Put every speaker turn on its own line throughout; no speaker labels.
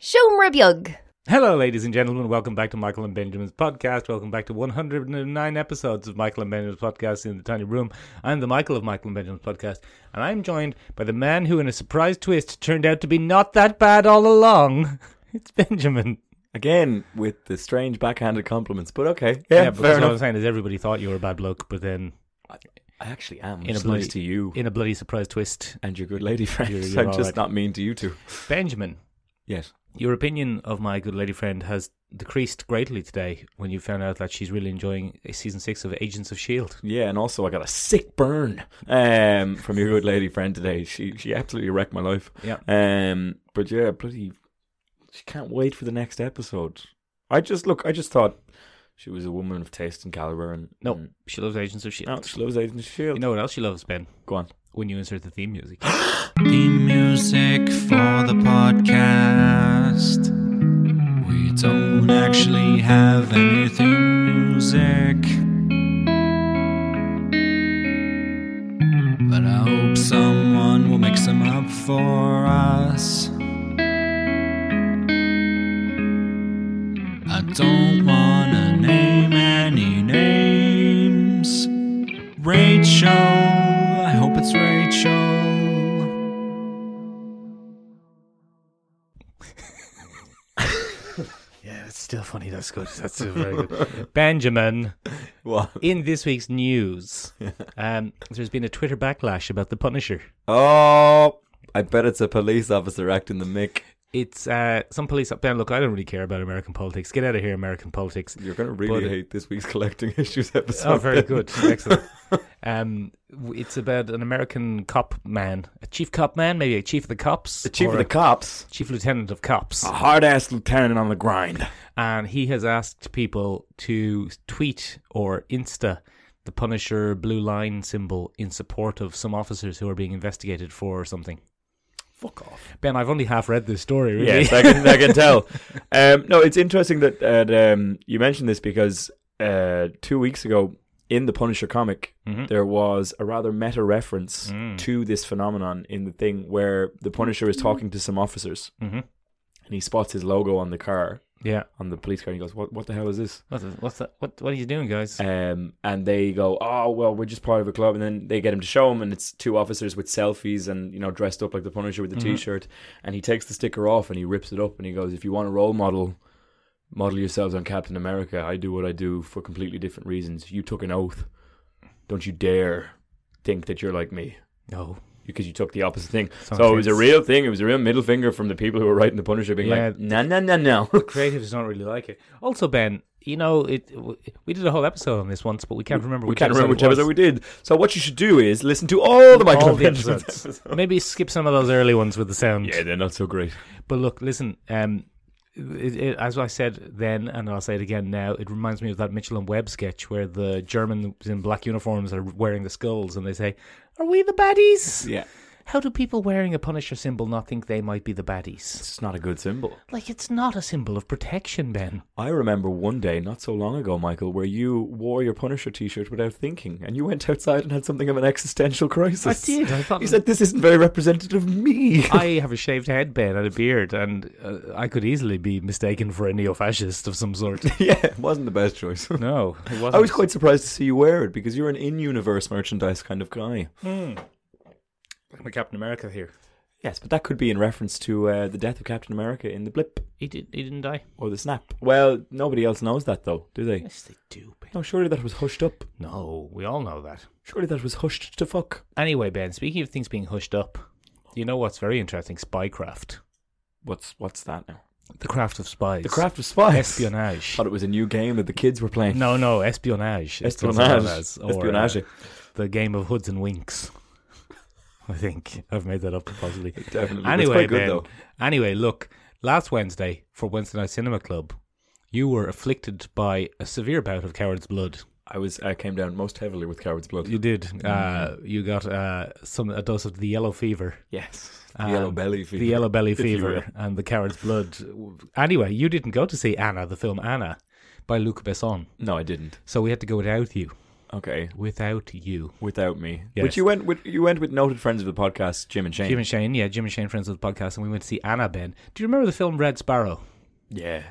Shomra Bjug.
Hello, ladies and gentlemen. Welcome back to Michael and Benjamin's podcast. Welcome back to 109 episodes of Michael and Benjamin's podcast in the tiny room. I'm the Michael of Michael and Benjamin's podcast, and I'm joined by the man who, in a surprise twist, turned out to be not that bad all along. It's Benjamin.
Again, with the strange backhanded compliments, but okay. Yeah,
because
fair
what I'm
enough.
saying is everybody thought you were a bad bloke, but then
I actually am.
In a
It's
bloody-
nice to you
in a bloody surprise twist,
and your good lady friends.
You're- you're
I'm just
alright.
not mean to you two.
Benjamin,
Yes.
your opinion of my good lady friend has decreased greatly today when you found out that she's really enjoying season six of Agents of S.H.I.E.L.D.
Yeah, and also I got a sick burn um, from your good lady friend today. She she absolutely wrecked my life.
Yeah.
Um, but yeah, bloody, she can't wait for the next episode. I just look. I just thought she was a woman of taste and caliber, and
No,
and,
she loves Agents of S.H.I.E.L.D.
no, she loves Agent Shield.
E You know what else she loves, Ben?
E Go on.
When you insert the theme music.
The music for the podcast. We don't actually have anything music. But I hope someone will make some up for us. I don't wanna name any names. Rachel, I hope it's Rachel.
Yeah, it's still funny. That's good. That's still very good. Benjamin,
What?
in this week's news, um, there's been a Twitter backlash about the Punisher.
Oh, I bet it's a police officer acting the mic.
It's uh, some police. Ben, look, I don't really care about American politics. Get out of here, American politics.
You're gonna really
But-
hate this week's collecting issues episode.
Oh, very
then.
good. Excellent. Um, w- it's about an American cop man, a chief cop man, maybe a chief of the Ah. cops,
The chief
or
of the
a
cops,
chief lieutenant of cops.
a hard ass lieutenant on the grind.
and he has asked people to tweet or Insta the Punisher blue line symbol in support of some officers who are being investigated for something.
Fuck off.
Ben, I've only half read this story, really.
Yes, I can, I can tell. Um, no, it's interesting that uh, um, you mentioned this because uh, two weeks ago in the Punisher comic,
Mhm.
there was a rather meta reference
Mm.
to this phenomenon in the thing where the Punisher is talking to some officers
Mhm.
and he spots his logo on the car,
Yeah.
on the police car, and he goes, "What? What the hell is this?"
What's, that- what's that? What, what are you doing, guys?
Um, and they go, oh well, we're just part of a club, and then they get him to show him, and it's two officers with selfies and you know dressed up like the Punisher with the
Mm-hmm.
T-shirt, and he takes the sticker off and he rips it up and he goes, if you want a role model, model yourselves on Captain America. I do what I do for completely different reasons. You took an oath. Don't you dare think that you're like me
no.
because you took the opposite thing.
Sounds
so it was a
tense.
real thing. It was a real middle finger from the people who were writing the Punisher, being
Yeah.
like, no, no, no, no.
Creatives don't really like it. Also, Ben, you know, it. w- we did a whole episode on this once, but we can't remember
We
which
can't remember which
episode it
episode
was.
we did. So what you should do is listen to all the Michael
All the
Benjamin
episodes. Maybe skip some of those early ones with the sound.
Yeah, they're not so great.
But look, listen. Um, it, it, as I said then, and I'll say it again now, it reminds me of that Mitchell and Webb sketch where the Germans in black uniforms are wearing the skulls, and they say, "Are we the baddies?"
Yeah.
How do people wearing a Punisher symbol not think they might be the baddies?
It's not a good symbol.
Like it's not a symbol of protection, Ben.
I remember one day not so long ago, Michael, where you wore your Punisher T-shirt without thinking, and you went outside and had something of an existential crisis.
I did, I thought-
you said this isn't very representative of me.
I have a shaved head, Ben, and a beard, and uh, I could easily be mistaken for a neo-fascist of some sort.
yeah, it wasn't the best choice.
no, it wasn't.
I was quite surprised to see you wear it because you're an in-universe merchandise kind of guy.
I'm a Captain America here.
Yes, but that could be in reference to uh, the death of Captain America in the blip
He did. He didn't die.
or the snap. Well, nobody else knows that though, do they?
Yes, they do. Ben.
No, surely that was hushed up.
No, we all know that.
Surely that was hushed to fuck.
Anyway, Ben, speaking of things being hushed up, you know what's very interesting? Spycraft.
What's what's that now?
The craft of spies.
The craft of spies.
Espionage.
Thought it was a new game that the kids were playing.
No, no, espionage. It's also known as,
espionage.
or, uh,
espionage.
the game of hoods and winks. I think I've made that up possibly.
Definitely. It's
Anyway,
quite good,
Ben,
though.
Anyway, look. Last Wednesday for Wednesday Night Cinema Club, you were afflicted by a severe bout of coward's blood.
I was. I came down most heavily with coward's blood.
You did. Uh, you got uh, some a dose of the yellow fever.
yes.
Um,
yellow belly fever.
the yellow belly
if you
fever and the carrot's blood. Anyway, you didn't go to see Anna, the film Anna, by Luc Besson,
will. No, I didn't.
so we had to go without you.
Okay.
without you.
Without me.
Yes.
But you went with you went with noted friends of the podcast, Jim and Shane.
Jim and Shane, yeah, Jim and Shane, friends of the podcast, and we went to see Anna Ben. Do you remember the film Red Sparrow?
yeah.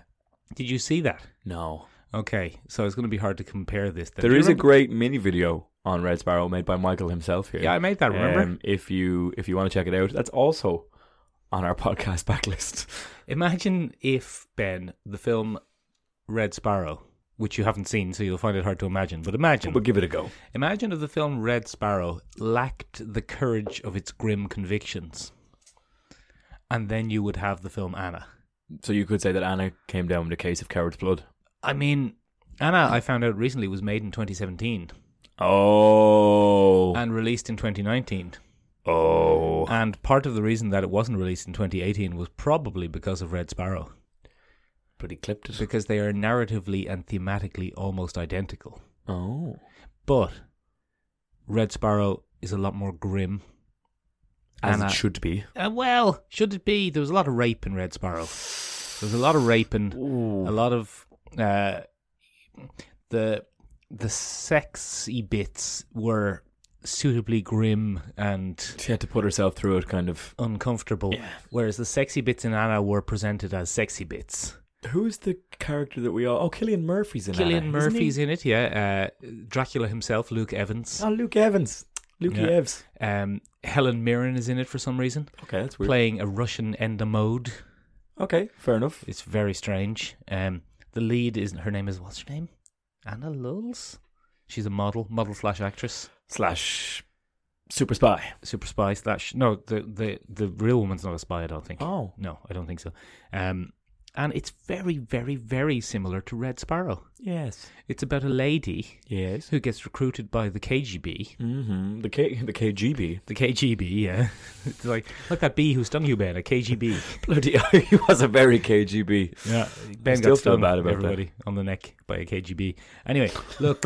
Did you see that?
No.
Okay, so it's going to be hard to compare this. Then.
There
Do you
is a
remember-
great mini video on Red Sparrow made by Michael himself here.
Yeah, I made that. Remember,
Um, if you if you want to check it out, that's also on our podcast backlist.
imagine if Ben, the film Red Sparrow, which you haven't seen, so you'll find it hard to imagine. But imagine,
We'll give it a go.
imagine if the film Red Sparrow lacked the courage of its grim convictions, and then you would have the film Anna.
So you could say that Anna came down with a case of coward's blood.
I mean, Anna, I found out recently was made in 2017
Oh.
and released in 2019.
oh.
And part of the reason that it wasn't released in 2018 was probably because of Red Sparrow,
But he clipped it.
because they are narratively and thematically almost identical.
Oh.
But Red Sparrow is a lot more grim.
As
Anna-
it should be.
Uh, well, should it be? There was a lot of rape in Red Sparrow. There was a lot of raping, a
Mm.
lot of uh, the the sexy bits were suitably grim and
She had to put herself through it, kind of.
uncomfortable, whereas the sexy bits in Anna were presented as sexy bits.
Who's the character that we all? Oh, Killian Murphy's in
Killian
Anna, isn't he?
Murphy's in it, yeah. Uh, Dracula himself, Luke Evans.
Oh, Luke Evans. Luke
Yeah.
Evans.
Um, Helen Mirren is in it for some reason,
Okay, that's weird.
playing a Russian endemode.
Okay, fair enough.
It's very strange. Um, the lead is her name is what's her name? Anna Lulz. She's a model, model slash actress,
Slash super spy.
super spy slash. No, the the the real woman's not a spy. I don't think.
Oh.
No, I don't think so. Um, and it's very, very, very similar to Red Sparrow.
Yes.
It's about a lady
Yes.
who gets recruited by the KGB.
Mm-hmm. The K- the KGB.
The KGB, yeah. it's like like that bee who stung you, Ben. A KGB.
Bloody, he was a very KGB.
Yeah, Ben
still
got
feel
stung,
bad about that.
everybody on the neck by a KGB. Anyway, look,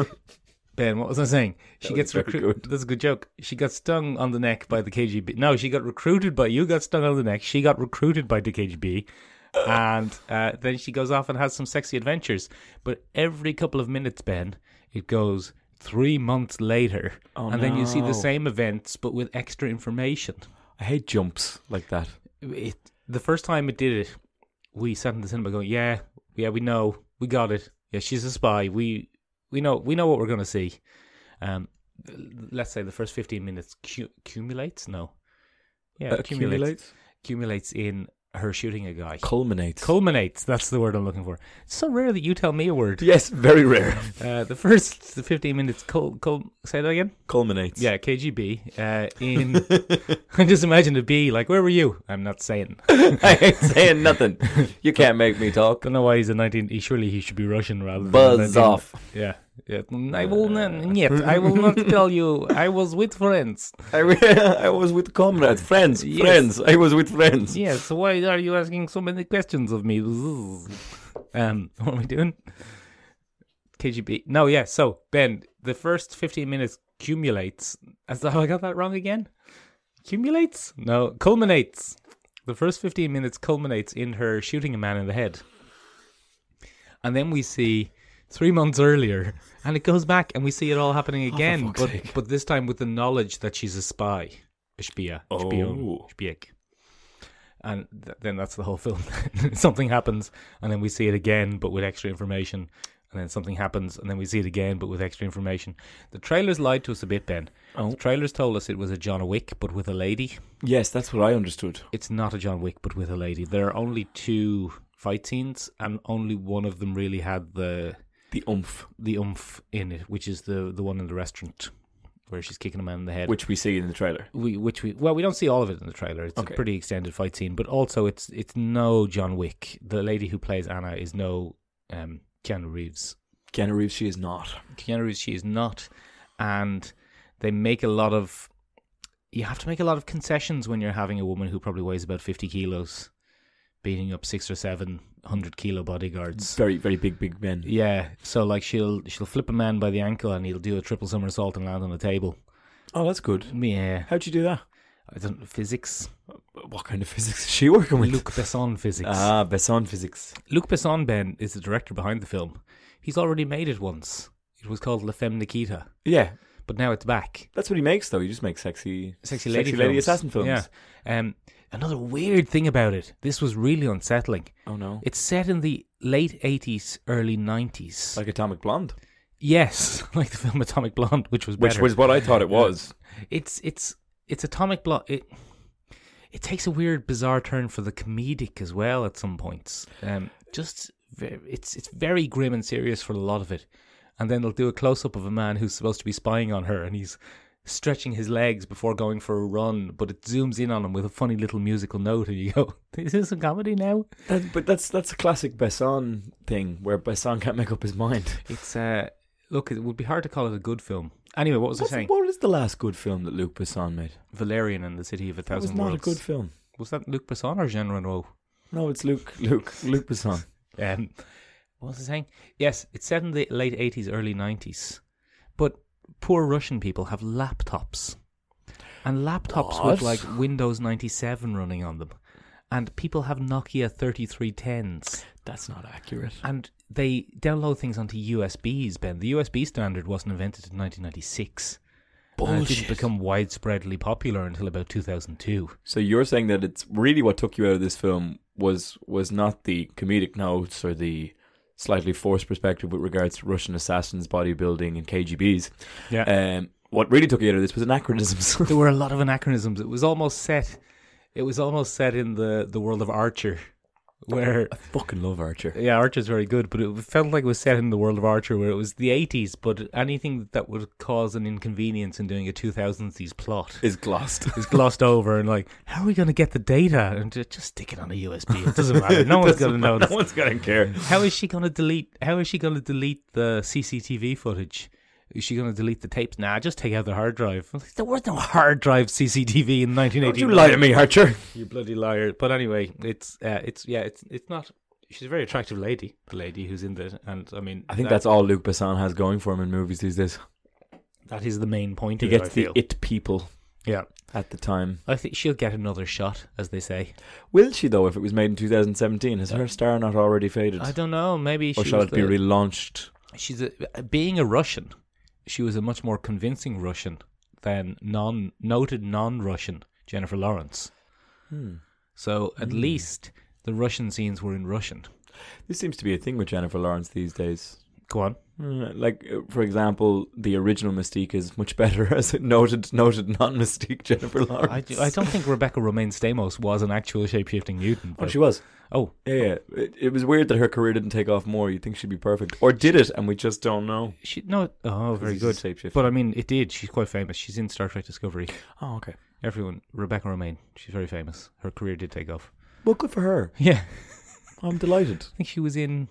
Ben, what was I saying? She
That
gets
was very
recruited.
good.
That's a good joke. She got stung on the neck by the KGB. No, she got recruited by you. Got stung on the neck. She got recruited by the KGB, and uh, then she goes off and has some sexy adventures. But every couple of minutes, Ben, it goes. Three months later,
Oh,
and then you see the
no.
same events but with extra information.
I hate jumps like that.
It, the first time it did it, we sat in the cinema going, "Yeah, yeah, we know, we got it. Yeah, she's a spy. We we know we know what we're going to see." Um, let's say the first fifteen minutes cu- accumulates. No, yeah, accumulates accumulates in her shooting a guy.
Culminates.
Culminates. That's the word I'm looking for. It's so rare that you tell me a word.
yes, very rare.
Uh, the first 15 minutes. Cul- cul- say that again.
Culminates.
Yeah, KGB. Uh, in I just imagine a bee. Like, where were you? I'm not saying.
I ain't saying nothing. You can't make me talk.
don't know why he's a 19. He, surely he should be Russian rather than a 19
Buzz off.
Yeah. yeah. I will not. Yet, I will not tell you. I was with friends.
I, I was with comrades, friends,
Yes.
friends. I was with friends.
Yes. so Why are you asking so many questions of me? Um, what are we doing? KGB. No, yeah. So Ben, the first 15 minutes cumulates. As how I got that wrong again? Cumulates? No, culminates. The first 15 minutes culminates in her shooting a man in the head. And then we see three months earlier, and it goes back, and we see it all happening again,
Oh, fuck's
but
sake.
but this time with the knowledge that she's a spy, a spia, spion,
Oh.
spiek. And th- then that's the whole film. something happens, and then we see it again, but with extra information. And then something happens, and then we see it again, but with extra information. The trailers lied to us a bit, Ben.
Oh.
The trailers told us it was a John Wick, but with a lady.
Yes, that's what I understood.
It's not a John Wick, but with a lady. There are only two fight scenes, and only one of them really had the
The oomph,
the umph in it, which is the the one in the restaurant where she's kicking a man in the head.
which we see in the trailer.
we which we well we don't see all of it in the trailer. It's
Okay.
a pretty extended fight scene, but also it's it's no John Wick. The lady who plays Anna is no um, Keanu Reeves.
Keanu Reeves, she is not.
Keanu Reeves she is not, and they make a lot of. You have to make a lot of concessions when you're having a woman who probably weighs about fifty kilos, beating up six or seven hundred kilo bodyguards.
Very, very big, big men.
Yeah, so like she'll she'll flip a man by the ankle and he'll do a triple somersault and land on the table.
Oh, that's good.
Yeah,
How'd you do that?
I don't physics.
What kind of physics is she working with?
Luc Besson physics.
Ah, Besson physics.
Luc Besson Ben is the director behind the film. He's already made it once. It was called La Femme Nikita,
Yeah,
but now it's back.
that's what he makes though. He just makes sexy,
Sexy lady, films.
assassin films.
Yeah. Um, another weird thing about it. This was really unsettling.
Oh no,
It's set in the late eighties, early nineties.
like Atomic Blonde,
yes, like the film Atomic Blonde, which was
which
better.
was what I thought it was.
it's it's it's Atomic Blonde. It, it takes a weird, bizarre turn for the comedic as well at some points. Um, just ve- it's it's very grim and serious for a lot of it, and then they'll do a close up of a man who's supposed to be spying on her, and he's stretching his legs before going for a run, but it zooms in on him with a funny little musical note, and you go, "Is this a comedy now?"
That, but that's that's a classic Besson thing where Besson can't make up his mind.
It's uh, look, it would be hard to call it a good film. Anyway, what was I
What's-
saying?
What is the last good film that Luc Besson made?
Valerian and the City of a
That was
Thousand
not
Worlds.
a good film.
was that Luc Besson or Jean Renoir?
No, it's Luke, Luke, Luke Besson.
Um, what was I saying? Yes, it's set in the late eighties, early nineties. But poor Russian people have laptops, and laptops with
What?
like Windows ninety seven running on them, and people have Nokia thirty three tens,
That's not accurate.
and they download things onto USBs. Ben, the USB standard wasn't invented in nineteen ninety six. And it didn't become widespreadly popular until about 2002.
So you're saying that it's really what took you out of this film was was not the comedic notes or the slightly forced perspective with regards to Russian assassins, bodybuilding, and KGBs.
Yeah.
Um, what really took you out of this was anachronisms.
there were a lot of anachronisms. It was almost set. It was almost set in the the world of Archer, where
Fucking love Archer.
yeah, Archer's very good, but it felt like it was set in the world of Archer, where it was the eighties. But anything that would cause an inconvenience in doing a two thousands plot
Is glossed.
is glossed over, and like, how are we going to get the data? And ju- just stick it on a USB. It doesn't matter. No one's going to notice.
no one's gonna care.
How is she going to delete? How is she going to delete the CCTV footage? Is she going to delete the tapes? Nah, just take out the hard drive. I'm like, There was no hard drive CCTV in 1980.
You lie to me, Archer.
You bloody liar! But anyway, it's uh, it's yeah, it's it's not. She's a very attractive lady, the lady who's in the and I mean,
I think
that,
that's all Luke Besson has going for him in movies these days.
that is the main point.
He
of it,
gets
I
the
feel.
it people
yeah.
at the time.
I think she'll get another shot, as they say.
Will she though? If it was made in 2017, has her star not already faded?
I don't know. Maybe she
or shall
was
it be
the-
relaunched?
she's a, being a Russian. She was a much more convincing Russian than non noted non Russian Jennifer Lawrence.
Hmm.
So at least the Russian scenes were in Russian.
This seems to be a thing with Jennifer Lawrence these days.
Go on.
Uh, Like, uh, for example, the original Mystique is much better as a noted, noted non-Mystique Jennifer Lawrence.
I, I don't think Rebecca Romaine Stamos was an actual shape shifting mutant.
Oh,
but-
she was.
oh,
Yeah, yeah. It, it was weird that her career didn't take off more. You'd think she'd be perfect, or did it, and we just don't know.
she no. Oh, very good.
Shapeshift.
But I mean, it did. She's quite famous. She's in Star Trek Discovery.
oh, okay.
Everyone, Rebecca Romaine. She's very famous. Her career did take off.
Well, good for her.
Yeah,
I'm delighted.
I think she was in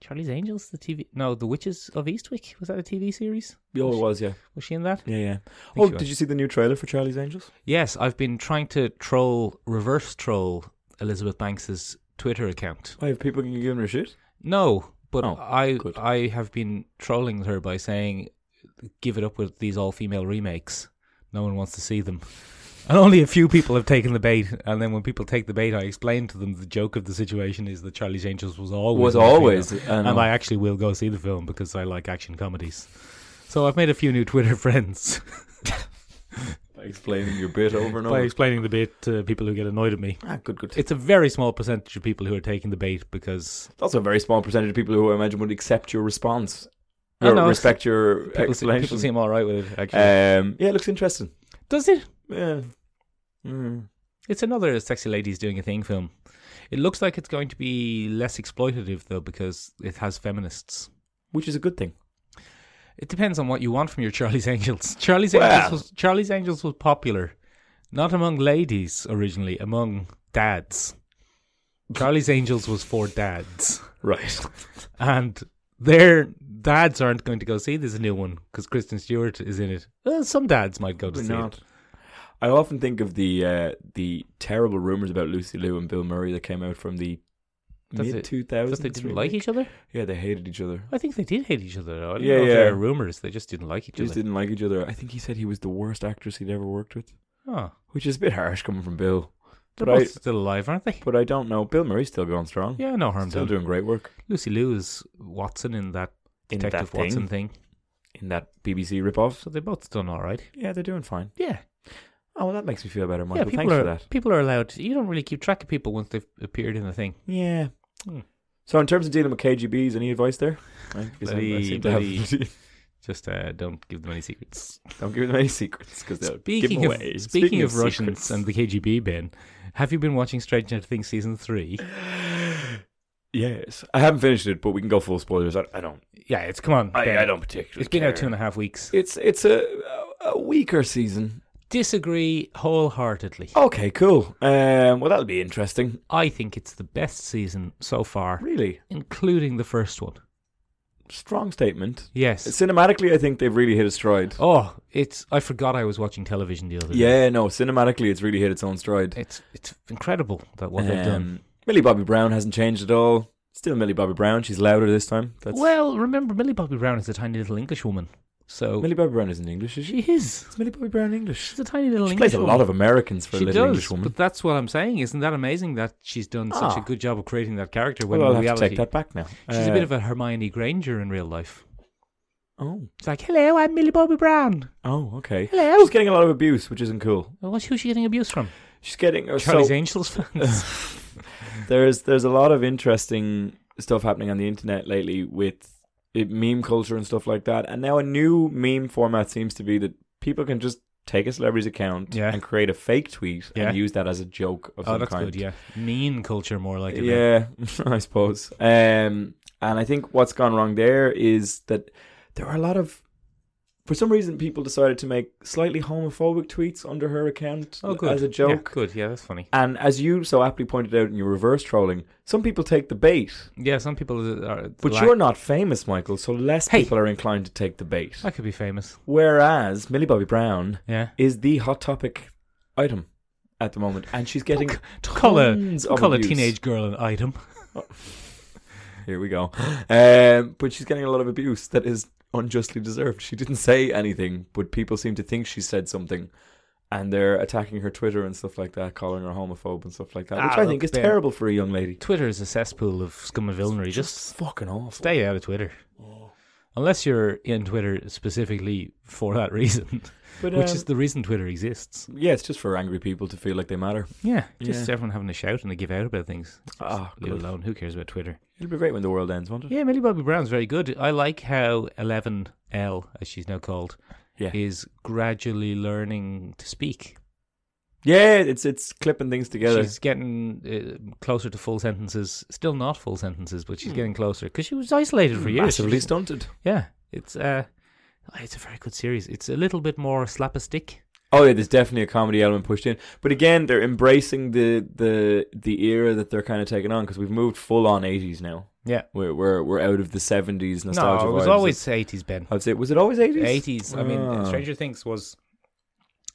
Charlie's Angels, the TV. No, The Witches of Eastwick. Was that a TV series?
Oh, it was, yeah,
Was she in that?
yeah, yeah.
she
Oh,
was.
did you see the new trailer for Charlie's Angels?
Yes, I've been trying to troll, reverse troll Elizabeth Banks's Twitter account.
Why have people been giving her shit?
No, but
Oh,
I
good.
I have been trolling her by saying, "Give it up with these all-female remakes. No one wants to see them." And only a few people have taken the bait. And then when people take the bait, I explain to them the joke of the situation is that Charlie's Angels was always
Was
an all-female.
always, and-
and I actually will go see the film because I like action comedies. So I've made a few new Twitter friends
By explaining your bit over and
by
over.
explaining the bit to people who get annoyed at me.
Ah, good, good.
It's a very small percentage of people who are taking the bait because
It's also a very small percentage of people who I imagine would accept your response.
I
Or
know.
respect your
people, se-
explanation.
people seem all right with it. Actually,
um, yeah, it looks interesting.
does it?
Yeah. Mm.
It's another sexy ladies doing a thing film. It looks like it's going to be less exploitative though because it has feminists.
Which is a good thing.
It depends on what you want from your Charlie's Angels. Charlie's
Well-
Angels was Charlie's Angels was popular not among ladies originally, among dads. Charlie's Angels was for dads.
Right.
And their dads aren't going to go see this new one because Kristen Stewart is in it. Well, some dads might go to see it.
I often think of the uh, the terrible rumors about Lucy Liu and Bill Murray that came out from the
That they-
mid 2000s.
But they didn't like each other?
Yeah, they hated each other.
I think they did hate each other though. I don't
Yeah,
know if there
yeah.
are rumors. They just didn't like each
Just
other.
didn't like each other. I think he said he was the worst actress he'd ever worked with,
Huh.
which is a bit harsh coming from Bill.
They're
But I-
both still alive, aren't they?
But I don't know. Bill Murray's still going strong.
Yeah, no harm
still
done.
doing great work.
Lucy Liu is Watson in that
In
Detective
that thing.
Watson thing.
in that BBC ripoff.
So they both done all right.
Yeah, they're doing fine.
Yeah,
Oh, well, that makes me feel better,
yeah.
Michael.
People
Thanks
are
for that.
people are allowed. You don't really keep track of people once they've appeared in a thing.
Yeah.
Hmm.
So, in terms of dealing with KGBs, any advice there? I guess I- I
Bloody-
seem to have-
bloody- Just uh, don't give them any secrets.
don't give them any secrets because they'll give
Speaking
them
of
away.
speaking, of, Russians
secrets.
and the KGB, Ben, have you been watching Stranger Things season three?
yes, I haven't finished it, but we can go full spoilers. I, I don't.
Yeah, it's come on.
I,
ben.
I don't particularly.
It's been out two
care.
and a half weeks.
It's it's a a weaker season.
Disagree wholeheartedly.
Okay, cool. Um, well, that'll be interesting.
I think it's the best season so far,
Really
including the first one.
strong statement.
Yes.
Cinematically, I think they've really hit a stride.
Oh, it's. I forgot I was watching television the other day.
Yeah, no, cinematically, it's really hit its own stride.
It's it's incredible that what they've done.
Um, Millie Bobby Brown hasn't changed at all. Still Millie Bobby Brown. She's louder this time. That's
Well, remember Millie Bobby Brown is a tiny little English woman, so
Millie Bobby Brown isn't English, is she?
she is.
It's Millie Bobby Brown English.
She's a tiny little
She
English
plays a
woman.
lot of Americans for
she
a little
does,
English woman.
But that's what I'm saying. Isn't that amazing that she's done such a
Ah.
good job of creating that character when
Well, I'll
in
have
reality
to take that back now.
she's a
Uh,
bit of a Hermione Granger in real life.
oh,
It's like, hello, I'm Millie Bobby Brown.
oh, okay.
Hello.
She's getting a lot of abuse, which isn't cool.
Well, What's who's she getting abuse from?
She's getting uh, so
Charlie's Angels fans.
there's there's a lot of interesting stuff happening on the internet lately with it, meme culture and stuff like that. And now a new meme format seems to be that people can just take a celebrity's account
Yeah.
and create a fake tweet
Yeah.
and use that as a joke of
oh,
some
that's
kind.
good. Yeah, mean culture more like it. then.
Yeah, I suppose. Um, and I think what's gone wrong there is that there are a lot of, for some reason, people decided to make slightly homophobic tweets under her account
Oh, good.
as a
Yeah,
joke.
good. Yeah, that's funny.
And as you so aptly pointed out in your reverse trolling, some people take the bait,
Yeah, some people are.
but
lack-
you're not famous, Michael, so less
Hey.
people are inclined to take the bait.
I could be famous.
Whereas Millie Bobby Brown
Yeah.
is the hot topic item at the moment, and she's getting
Call a
tons of
call a
abuse.
teenage girl an item.
Here we go. Um, but she's getting a lot of abuse that is unjustly deserved. She didn't say anything, but people seem to think she said something. And they're attacking her Twitter and stuff like that, calling her homophobe and stuff like that, which
Ah,
I
look,
think is
Ben.
terrible for a young lady.
Twitter is a cesspool of scum and villainy. Just
fucking awful.
Stay out of Twitter. Unless you're in Twitter specifically for that reason,
But,
which
um,
is the reason Twitter exists.
yeah, it's just for angry people to feel like they matter.
Yeah, just
Yeah.
everyone having a shout and they give out about things. Just
Ah,
leave it
good.
alone. Who cares about Twitter?
It'll be great when the world ends, won't it?
Yeah, Millie Bobby Brown's very good. I like how Eleven L, as she's now called,
Yeah.
is gradually learning to speak.
Yeah, it's it's clipping things together.
She's getting uh, closer to full sentences. Still not full sentences, but she's getting closer because she was isolated for years. She
Hmm. massively
was-
stunted.
Yeah, it's uh, it's a very good series. It's a little bit more slap a stick.
Oh yeah, there's definitely a comedy element pushed in, but again, they're embracing the the the era that they're kind of taking on because we've moved full on '80s now.
Yeah.
we're we're, we're out of the '70s nostalgia.
no, it was
vibes.
always eighties, Ben.
I'd say was it always '80s?
Eighties. I mean,
Ah.
Stranger Things was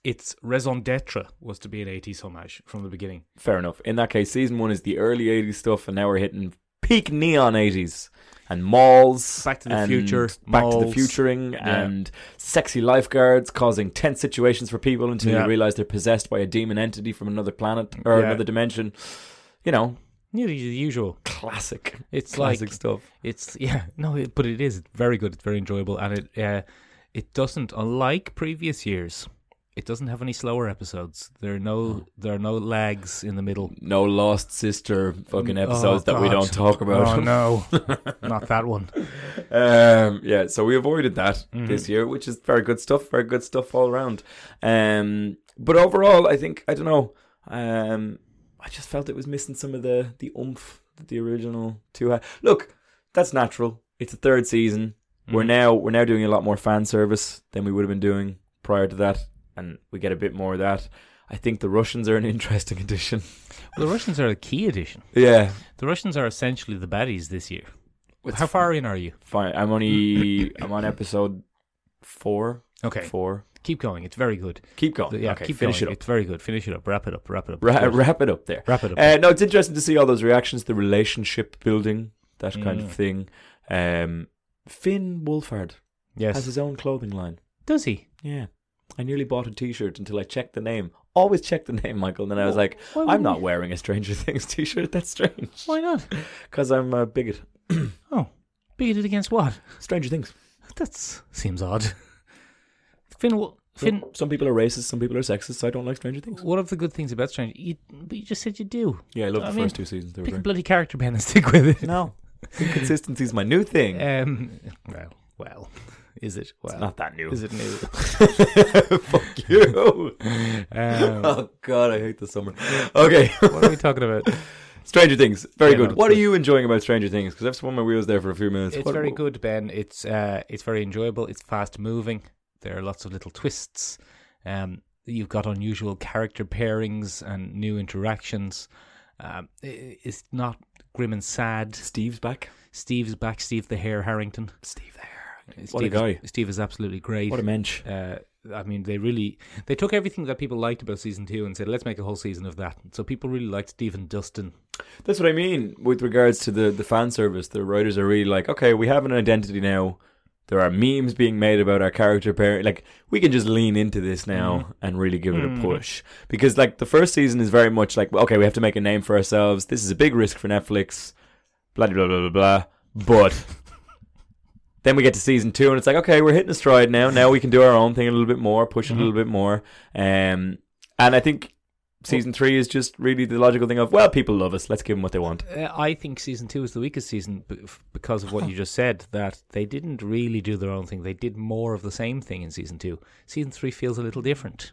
its raison d'être was to be an eighties homage from the beginning.
Fair enough. In that case, season one is the early '80s stuff, and now we're hitting peak neon '80s and malls,
Back to the
and
Future,
back to the
malls.
futuring,
Yeah.
and sexy lifeguards causing tense situations for people until
Yeah.
you realize they're possessed by a demon entity from another planet or
Yeah.
another dimension. You know,
Nearly the usual.
classic.
It's like
stuff.
it's yeah no, it, but it is very good. It's very enjoyable, and it uh, it doesn't unlike previous years. It doesn't have any slower episodes. There are
Oh.
no there are no lags in the middle.
No lost sister fucking
Oh,
episodes that we
God.
don't talk
Oh
about.
no, not that one.
um, yeah, so we avoided that
Mm-hmm.
this year, which is very good stuff. Very good stuff all around. Um, but overall, I think I don't know. Um, I just felt it was missing some of the the oomph that the original two had. Look, that's natural. It's the third season. We're
Mm-hmm.
now we're now doing a lot more fan service than we would have been doing prior to that, and we get a bit more of that. I think the Russians are an interesting addition.
The Russians are a key addition.
yeah,
The Russians are essentially the baddies this year.
It's
How far in are you?
Fine. I'm only I'm on episode four.
Okay,
Four.
keep going. It's very good.
Keep going.
yeah,
okay,
keep
finish
going.
it up.
It's very good. Finish it up. Wrap it up. Wrap it up.
Ra-
Good.
wrap it up there.
Wrap it up.
Uh, no, it's interesting to see all those reactions, the relationship building, that kind
Mm.
of thing. Um, Finn Wolfhard
yes.
has his own clothing line.
Does he?
Yeah. I nearly bought a T-shirt until I checked the name. Always check the name, Michael. And then I was like,
why would
I'm
we-
not wearing a Stranger Things T-shirt. That's strange.
Why not?
Because I'm a bigot.
Oh, bigoted against what?
Stranger Things.
That seems odd. Finn, wha- Finn,
Some- some people are racist, some people are sexist. So I don't like Stranger Things.
one of the good things about Strange, you, but you just said you do.
Yeah, I love
I
the
mean,
first two seasons. They were
Pick a
great.
bloody character pen and stick with it.
No, inconsistency is my new thing.
Um, well, well, is it? Well,
Not that new.
is it new?
Fuck you.
Um,
oh God, I hate the summer. Okay,
what are we talking about?
Stranger Things, very
Yeah, no,
good.
it's
what
good.
are you enjoying about Stranger Things? Because I've spun my wheels there for a few minutes.
It's
What-
very
what-
good, Ben. It's uh, it's very enjoyable. It's fast moving. There are lots of little twists. Um, you've got unusual character pairings and new interactions. Um, i- it's not grim and sad.
Steve's back.
Steve's back. Steve the Hare Harrington.
Steve there.
Steve
What a guy.
Is, Steve is absolutely great.
What a mensch.
uh, I mean, they really they took everything that people liked about season two and said, let's make a whole season of that. So people really liked Steve and Dustin.
That's what I mean with regards to the the fan service. The writers are really like, okay, we have an identity now. There are memes being made about our character pair. Like we can just lean into this now and really give it a push because like the first season is very much like, okay, we have to make a name for ourselves. This is a big risk for Netflix. Blah blah blah blah blah. But then we get to season two and it's like, okay, we're hitting a stride now. Now we can do our own thing a little bit more, push it a little bit more. Um, and I think season three is just really the logical thing of, well, people love us. Let's give them what they want.
Uh, I think season two is the weakest season b- f- because of what you just said. That they didn't really do their own thing; they did more of the same thing in season two. Season three feels a little different.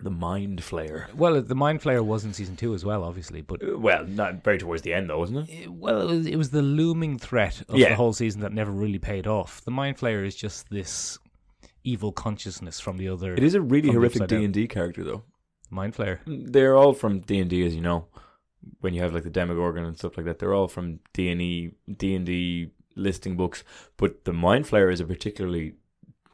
The mind flayer.
Well, the Mind Flayer was in season two as well, obviously, but
Uh, Well, not very towards the end though, wasn't it?
uh, well, it was, it was the looming threat of the
Yeah.
whole season that never really paid off. The Mind Flayer is just this evil consciousness from the other.
It is a really
From the
horrific
upside down.
D and D character though.
Mind Flayer.
They're all from D and D, as you know. When you have like the Demogorgon and stuff like that, they're all from D and E D and D listing books. But the Mind Flayer is a particularly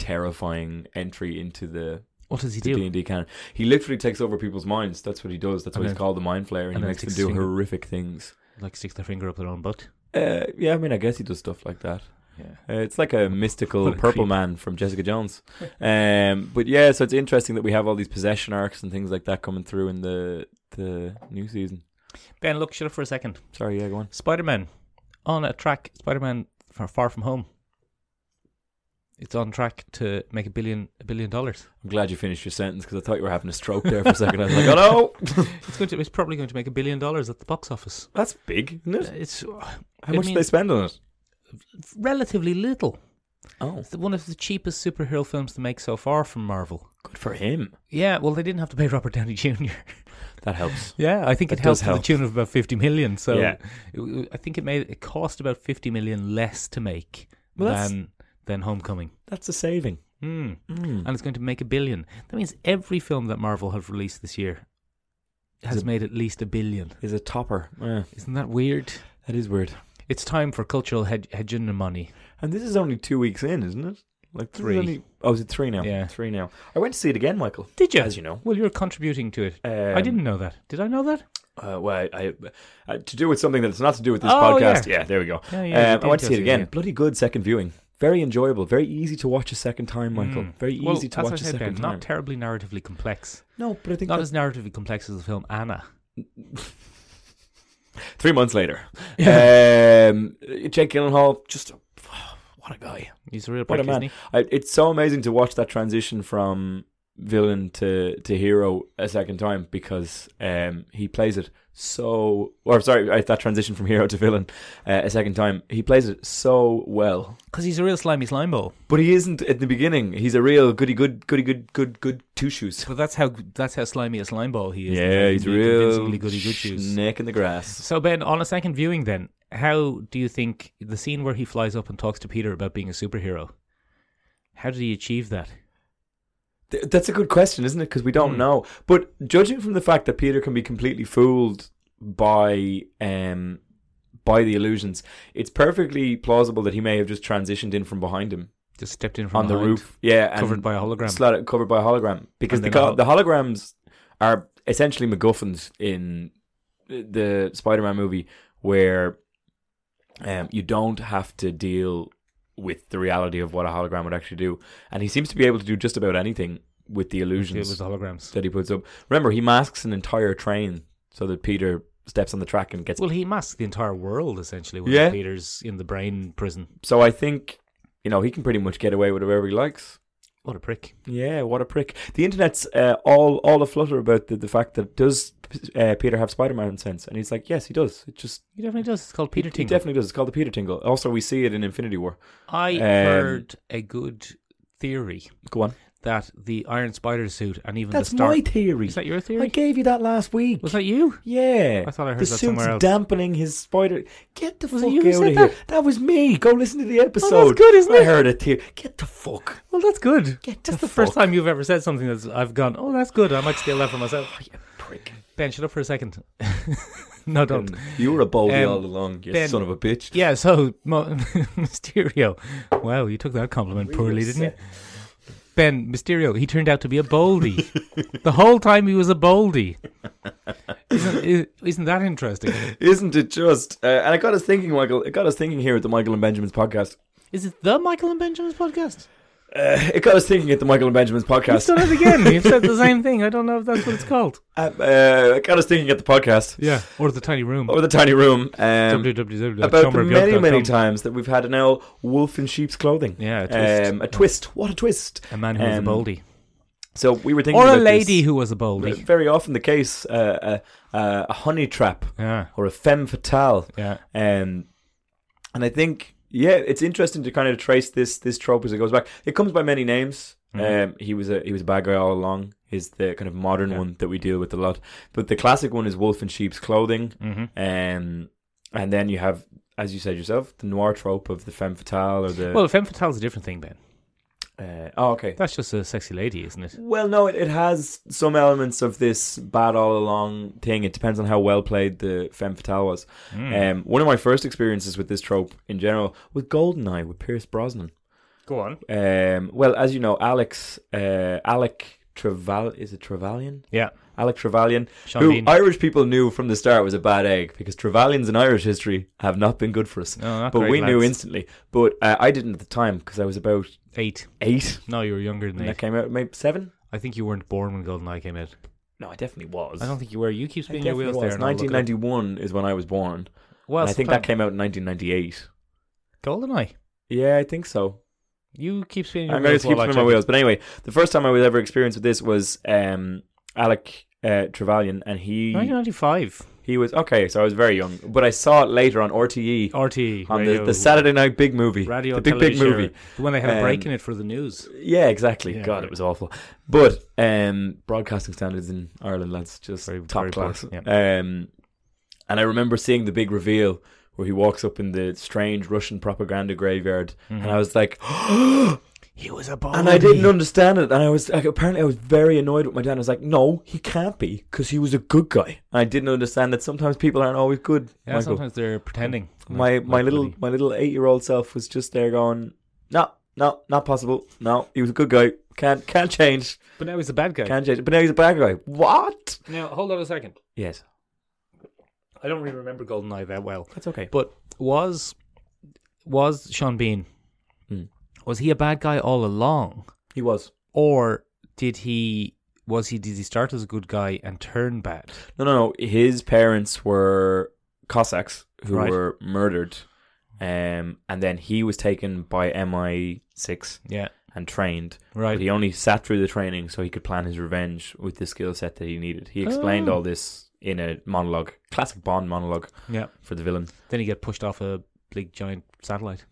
terrifying entry into the
What does he
D
do?
and D canon. He literally takes over people's minds. That's what he does. That's
And
why he's
then-
called the Mind Flayer,
and
and, he
then
makes them
sticks
do
finger-
horrific things.
Like sticks their finger up their own butt.
Uh, yeah, I mean, I guess he does stuff like that.
Yeah.
Uh, it's like a mystical
What a
purple
creep.
man from Jessica Jones. Um, but yeah, so it's interesting that we have all these possession arcs and things like that coming through in the the new season.
Ben, look, shut up for a second.
Sorry, yeah, go on.
Spider Man on a track. Spider Man far, far from home. It's on track to make a billion a billion dollars.
I'm glad you finished your sentence because I thought you were having a stroke there for a second. I was like, oh no,
It's going to. It's probably going to make a billion dollars at the box office.
that's big, isn't it?
It's
How
I
much
mean-
did they spend on it?
relatively little.
Oh,
It's one of the cheapest superhero films to make so far from Marvel.
good for him.
Yeah, well, they didn't have to pay Robert Downey Jr.
That helps.
yeah, I think
That
it helped
does
to the
help.
tune of about fifty million. So
Yeah.
it- I think it made it cost about fifty million less to make
Well, that's-
than than Homecoming.
That's a saving.
Hmm.
Mm.
and it's going to make a billion. That means every film that Marvel have released this year has
Is it-
made at least a billion.
He's a topper. Yeah,
Isn't that weird?
that is weird.
It's time for cultural hed- hegemony.
And this is only two weeks in, isn't it? Like this is
Three.
Only, oh, is it three now?
Yeah.
three now. I went to see it again, Michael.
Did you?
As you know,
Well, you're contributing to it. I
Um,
didn't know that. Did I know that?
Uh, well, I, I, uh, to do with something that's not to do with this
Oh,
podcast.
yeah.
Yeah. there we go.
Yeah, yeah,
um,
the
I went to see
details,
it again.
yeah.
Bloody good second viewing. Very enjoyable. Very easy to watch a second time, Michael.
Mm.
Hmm. Very
Well,
easy to
as I
watch a
said, Ben,
second time.
Not terribly narratively complex.
no, but I think
Not
that-
as narratively complex as the film Anna.
three months later, um, Jake Gyllenhaal, just a, what a guy.
He's a real prick,
What a
isn't
man.
he?
I, it's so amazing to watch that transition from villain to, to hero a second time because um, he plays it so or sorry uh, that transition from hero to villain uh, a second time he plays it so well
Because he's a real slimy slime ball.
but he isn't at the beginning he's a real goody good goody good good good two shoes
But that's how that's how slimy a slime ball he is.
he's
Convincingly
real
goody good shoes.
snake in the grass
So Ben, on a second viewing, then how do you think the scene where he flies up and talks to Peter about being a superhero? How did he achieve that?
Th- that's a good question isn't it because we don't
Hmm.
know but judging from the fact that Peter can be completely fooled by um by the illusions it's perfectly plausible that he may have just transitioned in from behind him
Just stepped in from
on the
behind,
roof yeah and
covered by a hologram.
slot it covered by a hologram because
And
the,
then a
co-
hol-
the holograms are essentially MacGuffins in the Spider-Man movie, where um, you don't have to deal with the reality of what a hologram would actually do, and he seems to be able to do just about anything with the
it
illusions
was holograms.
that he puts up. Remember, he masks an entire train so that Peter steps on the track and gets.
Well, he masked the entire world essentially when
Yeah.
Peter's in the brain prison.
so I think you know, he can pretty much get away with whatever he likes.
What a prick.
Yeah, what a prick. The internet's uh, all all aflutter about the, the fact that does uh, Peter have Spider-Man sense? And he's like, yes, he does. It just
He definitely does. It's called Peter
he,
Tingle.
definitely does. It's called the Peter Tingle. Also, we see it in Infinity War.
I
Um,
heard a good theory
Go on.
that the Iron Spider suit and even
That's
the Star.
my theory.
Is that your
I
theory?
gave you that last week.
Was that you?
yeah.
I thought I heard
the
that
suit's
somewhere else.
dampening his spider. Get the
Was it
fuck
you
out
who
of
said
here. Oh,
that?
That was me. Go listen to the episode.
good, isn't
I
it?
heard it here. Get the fuck.
Well, that's good.
Get
that's
the
the first
fuck.
time you've ever said something that's I've gone. Oh, that's good. I might steal that for myself.
Oh, Prick.
Ben, shut up for a second. no, don't.
You were a bogey
Um,
all along, you
Ben-
son of a bitch.
Yeah. So Mo- Mysterio. Wow, you took that compliment poorly, didn't you? Ben Mysterio. He turned out to be a boldy. the whole time he was a boldy. Isn't, is- isn't that interesting?
Isn't it just? Uh, and it got us thinking, Michael. It got us thinking here at the Michael and Benjamin's podcast.
Is it the Michael and Benjamin's podcast?
Uh, it got us thinking at the Michael and Benjamin's
You've
podcast.
done it again. You've said the same thing. I don't know if that's what it's called.
Uh, uh, it got us thinking at the podcast
Yeah. Or the tiny room.
or the tiny room. Um,
www.
about the many, many times that we've had an owl wolf in sheep's clothing.
Yeah, a twist.
Um, a twist. What a twist!
A man who was a
Um,
boldy.
So we were thinking,
Or a
about
lady
this.
who was a boldy.
Very often the case, uh, uh, uh, a honey trap
Yeah.
or a femme fatale.
Yeah.
Um, and I think, yeah, it's interesting to kind of trace this this trope as it goes back. It comes by many names.
Mhm.
Um, he was a he was a bad guy all along. Is the kind of modern
Yeah.
one that we deal with a lot, but the classic one is wolf in sheep's clothing.
Mm-hmm.
Um, and then you have, as you said yourself, the noir trope of the femme fatale or the.
Well, femme fatale's a different thing, Ben.
uh, oh, okay.
That's just a sexy lady, isn't it?
Well, no, it, it has some elements of this bad all along thing. It depends on how well played the femme fatale was.
Hmm.
Um, one of my first experiences with this trope in general was Goldeneye with Pierce Brosnan.
Go on.
Um, well, as you know, Alex, uh, Alec Treval is it Trevallian?
Yeah.
Alec Trevallian,
Sean
who
Bean.
Irish people knew from the start was a bad egg because Trevallians in Irish history have not been good for us.
No, Oh, not
but
great
we knew
lads.
instantly. But uh, I didn't at the time because I was about
Eight.
eight
No, you were younger than
when that
eight.
came out. Maybe seven?
I think you weren't born when GoldenEye came out.
No, I definitely was.
I don't think you were. You keep
I
spinning your
definitely
wheels
was.
there. and I'll look it up.
1991 is when I was born.
Well,
and I think that came out in 1998.
GoldenEye.
Yeah, I think so.
You keep spinning your
I'm going
wheels.
to keep
while I
spinning
check
my
it.
wheels. But anyway, the first time I was ever experienced with this was um, Alec uh, Trevelyan, and he
1995.
he was okay. So I was very young, but I saw it later on RTE
RTE.
on
radio,
the, the Saturday night big movie,
radio
the big big
television
movie.
show, When they had a break
Um,
in it for the news.
Yeah, exactly.
Yeah,
God,
right.
it was awful. But um, broadcasting standards in Ireland, lads, just
Very-
top
very poor,
class. Um, and I remember seeing the big reveal where he walks up in the strange Russian propaganda graveyard, and I was like,
Mm-hmm. He was a ball.
and I didn't understand it. And I was like, apparently, I was very annoyed with my dad. I was like, no, he can't be because he was a good guy. And I didn't understand that sometimes people aren't always good.
Yeah,
Michael.
sometimes they're pretending.
my
Like
my little
bloody-
my little eight year old self was just there going, no, no, not possible. No, he was a good guy. Can't can't change.
But now he's a bad guy.
Can't change. But now he's a bad guy. What?
Now, hold on a second.
Yes,
I don't really remember GoldenEye that well.
that's okay.
But was was Sean Bean
Hmm.
was he a bad guy all along,
He was.
or did he was he did he start as a good guy and turn bad?
No, no, no. His parents were Cossacks who
Right.
were murdered, um, and then he was taken by MI six
Yeah,
and trained.
right.
But he only sat through the training so he could plan his revenge with the skill set that he needed. He explained
Oh.
all this in a monologue, classic Bond monologue
Yeah.
for the villain.
Then he get pushed off a big giant satellite.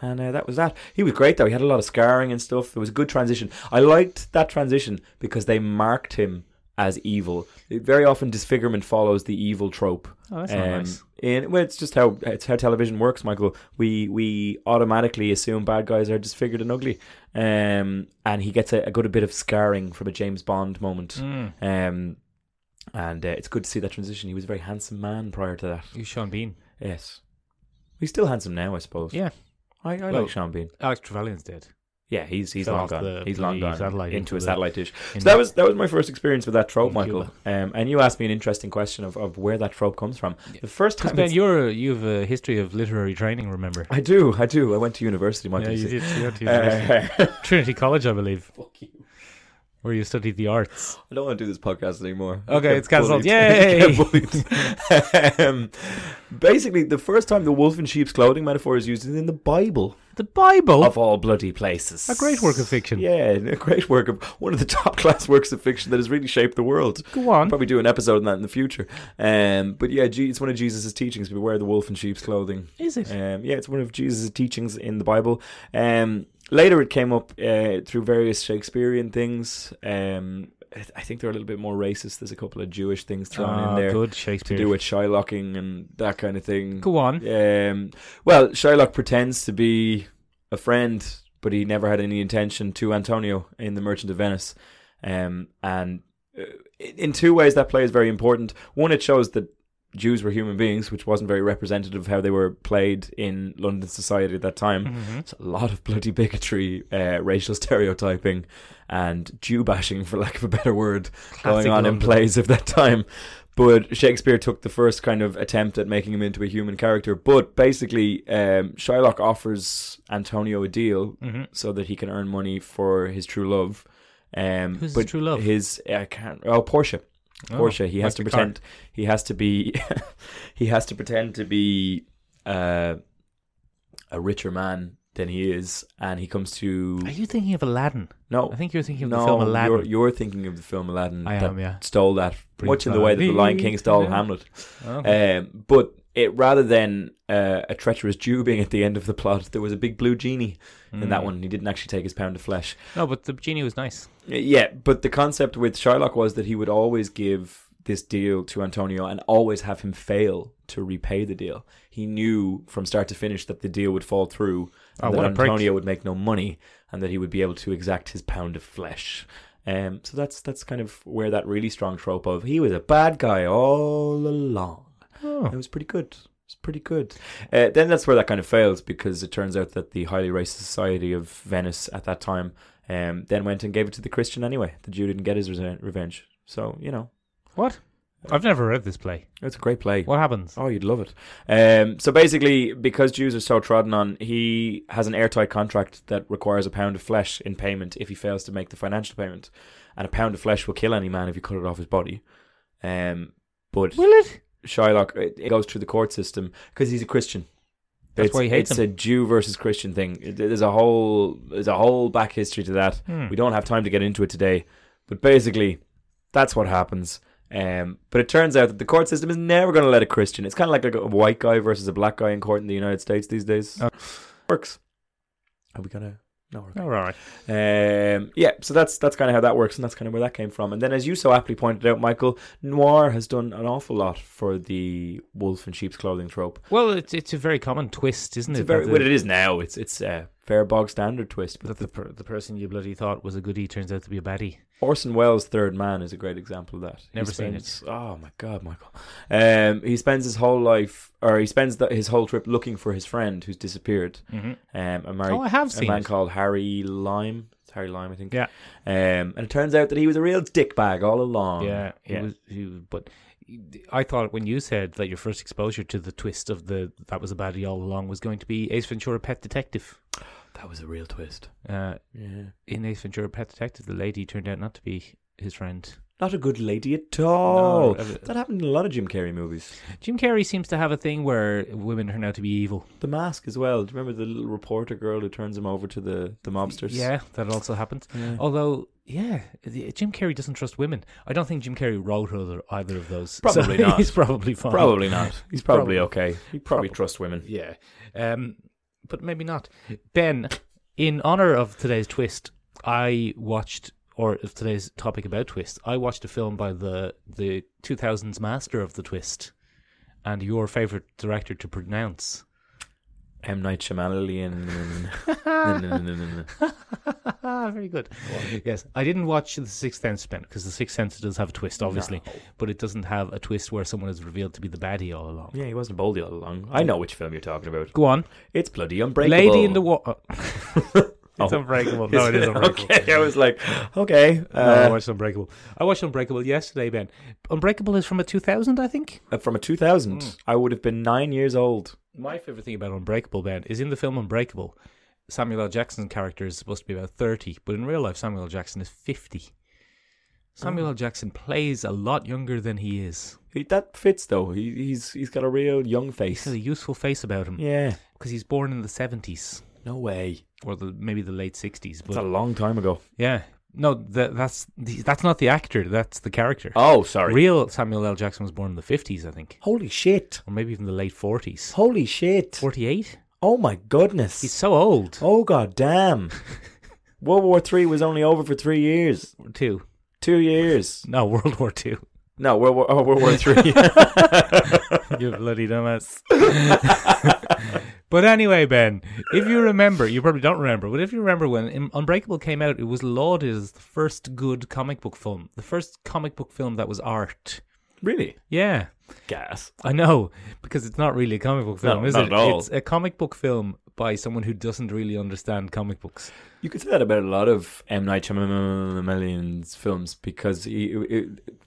And uh, that was that. He was great though. He had a lot of scarring and stuff. It was a good transition. I liked that transition because they marked him as evil. Very often, disfigurement follows the evil trope.
Oh, that's
Um,
not nice.
And well, it's just how it's how television works, Michael. We we automatically assume bad guys are disfigured and ugly. Um, and he gets a, a good bit of scarring from a James Bond moment.
Mm.
Um, and uh, it's good to see that transition. He was a very handsome man prior to that.
He's Sean Bean.
Yes, he's still handsome now, I suppose.
Yeah.
I, I
Well-
like Sean Bean.
Alex Trevelyan's dead.
Yeah, he's he's
Fell
long
off
gone.
the-
he's long
the
gone
satellite
into,
into
a
the-
satellite dish.
in
So that
the-
was that was my first experience with that trope,
In
Michael.
Cuba.
Um, and you asked me an interesting question of, of where that trope comes from. The first time
Because Ben,
it's-
you're a- you have a history of literary training. Remember? Uh,
I do, I do. I went to university, Michael.
yeah,
you Uh,
you
see.
did. You went to
Uh,
university. Trinity College, I believe. where you study the arts.
I don't want to do this podcast anymore.
Okay,
Get
it's cancelled.
bullied. Get bullied. um, basically, the first time the wolf in sheep's clothing metaphor is used is in the Bible,
The Bible.
of all bloody places.
a great work of fiction.
Yeah, a great work of one of the top class works of fiction that has really shaped the world.
Go on.
Probably do an episode on that in the future. Um, but yeah, Je- it's one of Jesus' teachings: beware the wolf in sheep's clothing.
Is it?
Um, yeah, it's one of Jesus' teachings in the Bible. Um, later, it came up uh, through various Shakespearean things. Um, I I think they're a little bit more racist. There's a couple of Jewish things thrown
Ah,
in there
good
to
Shakespeare.
do with Shylocking and that kind of thing.
Go on.
Um, well, Shylock pretends to be a friend, but he never had any intention to Antonio in The Merchant of Venice. Um, and uh, in two ways, that play is very important. One, it shows that Jews were human beings, which wasn't very representative of how they were played in London society at that time.
Mhm.
It's a lot of bloody bigotry, uh, racial stereotyping, and Jew bashing, for lack of a better word,
Classic
going on in
London.
plays of that time. But Shakespeare took the first kind of attempt at making him into a human character. But basically, um, Shylock offers Antonio a deal
Mhm.
so that he can earn money for his true love. Um,
Who's his
but
true love?
His I can't. Oh, Portia.
Oh,
Portia. He has
like
to
the car.
pretend. He has to be. he has to pretend to be uh, a richer man than he is, and he comes to
Are you thinking of Aladdin?
no.
I think you're thinking of
no,
the film Aladdin.
You're, you're thinking of the film Aladdin.
I
that
am, yeah.
Stole that much in the way that the Lion King stole
Briefly.
Hamlet.
Okay.
Um, but it rather than uh, a treacherous Jew being at the end of the plot, there was a big blue genie in
Hmm.
that one. He didn't actually take his pound of flesh.
no, but the genie was nice.
Yeah, but the concept with Shylock was that he would always give this deal to Antonio and always have him fail to repay the deal. He knew from start to finish that the deal would fall through,
Oh,
and
what
that
a prick.
Antonio would make no money, and that he would be able to exact his pound of flesh. Um, so that's that's kind of where that really strong trope of he was a bad guy all along.
Oh.
It was pretty good. It's pretty good. Uh, then that's where that kind of fails because it turns out that the highly racist society of Venice at that time um, then went and gave it to the Christian anyway. The Jew didn't get his rese- revenge. So, you know,
What? I've never read this play.
it's a great play.
What happens?
Oh, you'd love it. Um, so basically, because Jews are so trodden on, he has an airtight contract that requires a pound of flesh in payment if he fails to make the financial payment. And a pound of flesh will kill any man if you cut it off his body. Um, but
Will it?
Shylock it, it goes through the court system because he's a Christian.
That's
it's,
why he hates
It's a Jew versus Christian thing. It- there's a whole there's a whole back history to that.
Hmm.
We don't have time to get into it today, but basically, that's what happens. Um, but it turns out that the court system is never going to let a Christian. It's kind of like a, a white guy versus a black guy in court in the United States these days.
Oh.
Works. Are we gonna? No, we're okay.
Oh, all right.
Um, yeah, so that's that's kind of how that works, and that's kind of where that came from. And then, as you so aptly pointed out, Michael Noir has done an awful lot for the wolf in sheep's clothing trope.
Well, it's it's a very common twist, isn't
It's a
it?
very
that
what
the,
it is now. It's it's a fair bog standard twist. But
that the, per, the person you bloody thought was a goodie turns out to be a baddie.
Orson Welles' Third Man is a great example of that. He
Never seen it.
spends- Oh my god, Michael! Um, he spends his whole life, or he spends the, his whole trip looking for his friend who's disappeared.
Mhm.
Um,
Oh,
a
I
married
have
a
seen
man
it.
called Harry Lime. It's Harry Lime, I think.
Yeah.
Um, and it turns out that he was a real dickbag all along.
yeah, Um, he was. He, was- but I thought when you said that your first exposure to the twist of the that was a baddie all along was going to be Ace Ventura: Pet Detective.
That was a real twist.
Uh,
Yeah.
in Ace Ventura: Pet Detective, the lady turned out not to be his friend.
Not a good lady at
No,
all.
ev-
that happened in a lot of Jim Carrey movies.
Jim Carrey seems to have a thing where women turn out to be evil.
The Mask as well. Do you remember the little reporter girl who turns him over to the, the mobsters?
Yeah, that also happens.
Yeah.
Although, yeah, the- Jim Carrey doesn't trust women. I don't think Jim Carrey wrote either, either of those. so
Probably not.
He's probably fine.
Probably not. He's probably,
Uh-huh. Probably.
okay. He probably,
Probably.
trusts women.
Yeah. Um, but maybe not. Ben, in honor of today's twist, I watched, or of today's topic about twist, I watched a film by the the 2000s master of the twist, and your favorite director to pronounce.
M. Night Shyamalan. No, no, no, no, no, no.
Ah, Very good. Yes, I didn't watch The Sixth Sense, Ben, because The Sixth Sense does have a twist, obviously, but it doesn't have a twist where someone is revealed to be the baddie all along.
Yeah, he wasn't baldy all along. I know which film you're talking about.
Go on,
It's bloody Unbreakable.
Lady in the oh. Water. it's Unbreakable. No, it is Unbreakable.
Okay, I was like, okay.
No, I
Uh,
watched Unbreakable. I watched Unbreakable yesterday, Ben. Unbreakable is from a 2000, I think.
uh, from a 2000,
Hmm.
I would have been nine years old.
My favorite thing about Unbreakable, Ben, is in the film Unbreakable, Samuel L. Jackson's character is supposed to be about 30, but in real life, Samuel L. Jackson is 50. Samuel L. Jackson plays a lot younger than he is.
He, that fits though. He, he's he's got a real young face.
He's got a useful face about him
Yeah.
because he's born in the 70s
No way.
or the, maybe the late 60s.
It's a
But
long time ago.
yeah, no, that, that's the- that's not the actor. That's the character.
Oh, sorry.
Real Samuel L. Jackson was born in the 50s, I think,
Holy shit.
or maybe even the late 40s.
Holy shit.
48?
Oh my goodness.
He's so old.
Oh god damn. World War Three was only over for three years.
Two?
Two years.
No, World War Two.
No, World War oh, World War Three.
You bloody dumbass. but anyway, Ben, if you remember, you probably don't remember, but if you remember when Un- Unbreakable came out, it was lauded as the first good comic book film, the first comic book film that was art.
really?
Yeah,
Gas.
I know, because it's not really a comic book film,
No,
is
not
it?
at all.
It's a comic book film by someone who doesn't really understand comic books.
You could say that about a lot of M Night Shyamalan's films because he, it-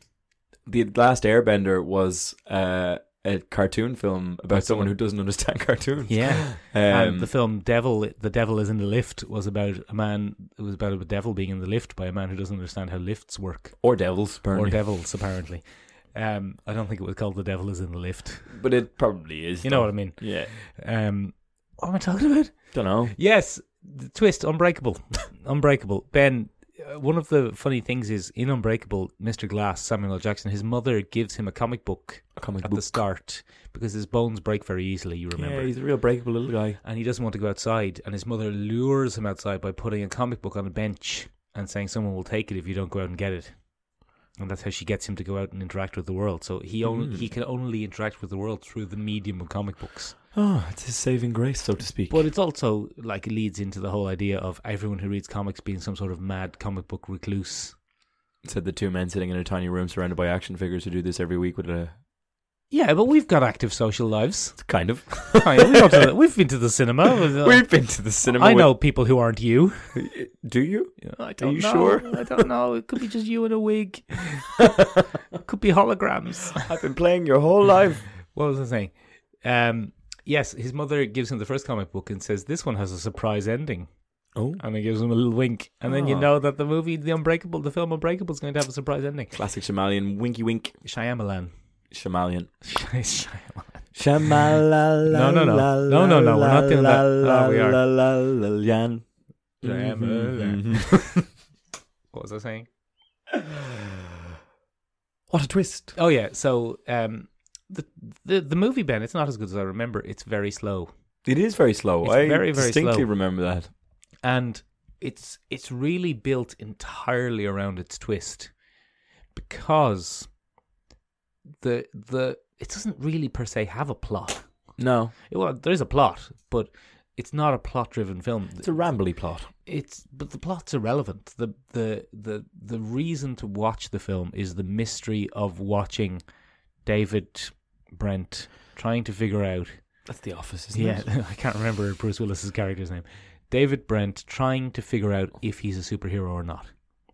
the Last Airbender was uh, a cartoon film about someone who doesn't understand cartoons.
Yeah.
Um,
and the film Devil, The Devil is in the Lift was about a man, it was about a devil being in the lift by a man who doesn't understand how lifts work.
or devils, apparently.
or devils apparently. Um, I don't think it was called "The Devil Is in the Lift."
but it probably is.
You know what I mean?
I mean? Yeah.
Um, what am I talking about?
Don't know.
Yes, the twist, Unbreakable, Unbreakable. Ben, uh, one of the funny things is in Unbreakable, Mr. Glass, Samuel L. Jackson, his mother gives him a comic book
A comic
at
book.
the start because his bones break very easily. You remember?
Yeah, he's a real breakable little guy.
and he doesn't want to go outside. And his mother lures him outside by putting a comic book on a bench and saying, "Someone will take it if you don't go out and get it." And that's how she gets him to go out and interact with the world. So he only
Hmm.
he can only interact with the world through the medium of comic books.
Oh, it's his saving grace, so to speak.
But it's also like it leads into the whole idea of everyone who reads comics being some sort of mad comic book recluse.
Said the two men sitting in a tiny room surrounded by action figures who do this every week uh, with a
Yeah, but we've got active social lives.
kind of.
Hi, we go to the- we've been to the cinema.
We've been to the cinema.
I know people who aren't you.
with- Do you?
I
don't you know. sure?
I don't know. It could be just you in a wig. could be holograms.
I've been playing your whole life.
What was I saying? Um, yes, his mother gives him the first comic book and says, This one has a surprise ending.
Oh,
And he gives him a little wink. And then you
Oh.
know that the movie, The Unbreakable, the film Unbreakable, is going to have a surprise ending.
classic Shamalian. Winky wink.
Shyamalan.
Shamalian.
Shyamalan.
Shamalala.
No, no, no. No, no, no, we're not doing that. Ah, we are. Mm-hmm.
Shamalian. Mm-hmm.
What was I saying?
What a twist.
Oh, yeah. So um, the, the, the movie, Ben, it's not as good as I remember. It's very slow.
It is very slow.
It's
I
very, very
distinctly
slow.
remember that.
and it's it's really built entirely around its twist because the the it doesn't really per se have a plot.
No.
It- well, there is a plot, but it's not a plot driven film.
It's a rambly plot.
It's but the plot's irrelevant. The the the the reason to watch the film is the mystery of watching David Brent trying to figure out
That's The Office,
yeah, I can't remember Bruce Willis's character's name. David Brent trying to figure out if he's a superhero or not.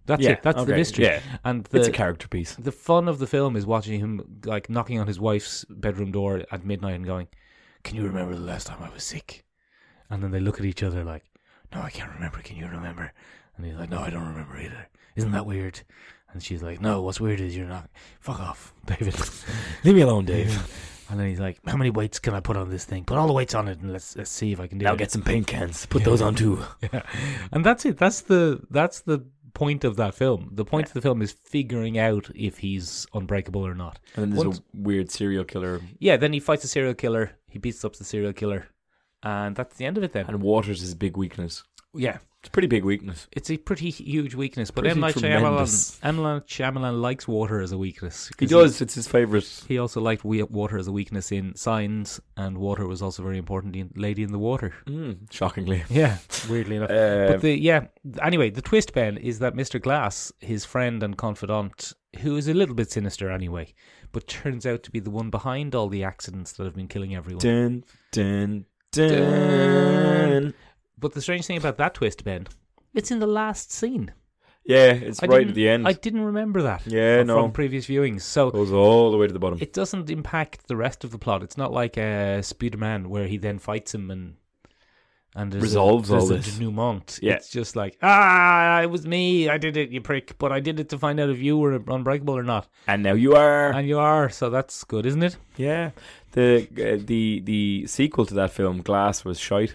That's
Yeah,
it. That's the
okay,
mystery.
yeah.
And
it's a
the
character piece.
the fun of the film is watching him like knocking on his wife's bedroom door at midnight and going, "Can you remember the last time I was sick?" And then they look at each other like, "No, I can't remember. Can you remember?" And he's like, "No, I don't remember either. Isn't that weird?" And she's like, "No, what's weird is you're not. Fuck off, David."
Leave me alone, Dave.
and then he's like, "How many weights can I put on this thing? Put all the weights on it, and let's let's see if I can do
now
it."
get some paint cans. Put those on too.
Yeah. And that's it. That's the that's the point of that film. The point of the film is figuring out if he's unbreakable or not.
And then there's
Once-
a weird serial killer
Yeah, then he fights a serial killer, he beats up the serial killer, and that's the end of it then.
and water's his big weakness.
yeah.
It's a pretty big weakness.
It's a pretty huge weakness, but
Pretty
M. Night Shyamalan,
tremendous.
M. Night Shyamalan likes water as a weakness.
He
'cause
does. It's his favorite.
He also liked we- water as a weakness in Signs, and water was also very important in Lady in the Water.
Mm, shockingly.
Yeah, weirdly enough.
Uh,
But the yeah. Anyway, the twist Ben is that Mr. Glass, his friend and confidant, who is a little bit sinister anyway, but turns out to be the one behind all the accidents that have been killing everyone.
dun, dun,
Dun.
dun.
But the strange thing about that twist, Ben, it's in the last scene.
Yeah, it's
I
right
didn't-
at the end.
I didn't remember that.
Yeah,
from,
no. Oh.
From previous viewings, so
Goes all the way to the bottom.
it doesn't impact the rest of the plot. It's not like uh, Spider-Man where he then fights him and and there's
Resolves
a, there's
all
a
this.
denouement.
Yeah.
It's just like ah, it was me. I did it, you prick. But I did it to find out if you were unbreakable or not,
And now you are.
and you are. So that's good, isn't it?
yeah. The uh, the the sequel to that film, Glass, was shite.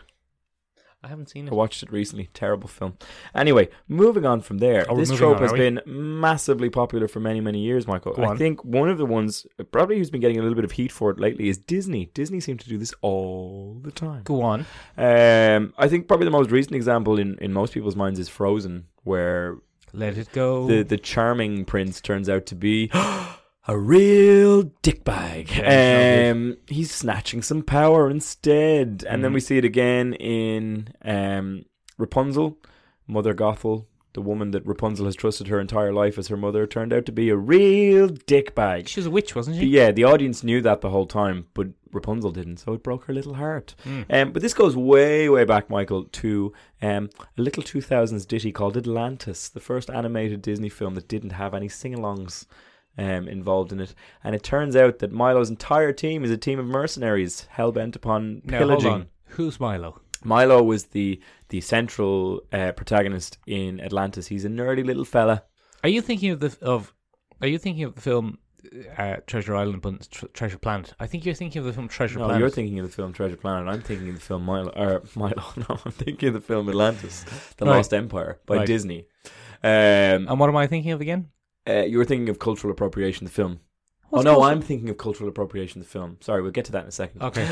I haven't seen
I
it.
watched it recently. Terrible film. Anyway, moving on from there.
Oh, we're
this
moving
trope
on,
has
are we?
been massively popular for many, many years, Michael.
Go
I
on.
think one of the ones probably who's been getting a little bit of heat for it lately is Disney. Disney seems to do this all the time.
Go on.
Um, I think probably the most recent example in, in most people's minds is Frozen, where
Let it go.
the, the charming prince turns out to be a real dickbag.
Yeah,
um, he's snatching some power instead, and then we see it again in um, Rapunzel, Mother Gothel. The woman that Rapunzel has trusted her entire life as her mother turned out to be a real dickbag.
she was a witch, wasn't she?
Yeah, the audience knew that the whole time, but Rapunzel didn't, so it broke her little heart.
Hmm.
Um, but this goes way, way back, Michael, to um, a little 2000s ditty called Atlantis, the first animated Disney film that didn't have any sing alongs um, involved in it. And it turns out that Milo's entire team is a team of mercenaries hell bent upon
Now
pillaging.
hold on. Who's Milo?
Milo was the, the central uh, protagonist in Atlantis. He's a nerdy little fella.
Are you thinking of the of? Are you thinking of the film uh, Treasure Island, but tr- Treasure Planet? I think you're thinking of the film Treasure
No,
Planet.
you're thinking of the film Treasure Planet. I'm thinking of the film Milo. Or Milo. No, I'm thinking of the film Atlantis, The
Right.
Lost Empire by
Right.
Disney. Um,
and what am I thinking of again?
uh, you were thinking of cultural appropriation, the film.
What's
oh no,
cultural-
I'm thinking of cultural appropriation, the film. Sorry, we'll get to that in a second.
Okay.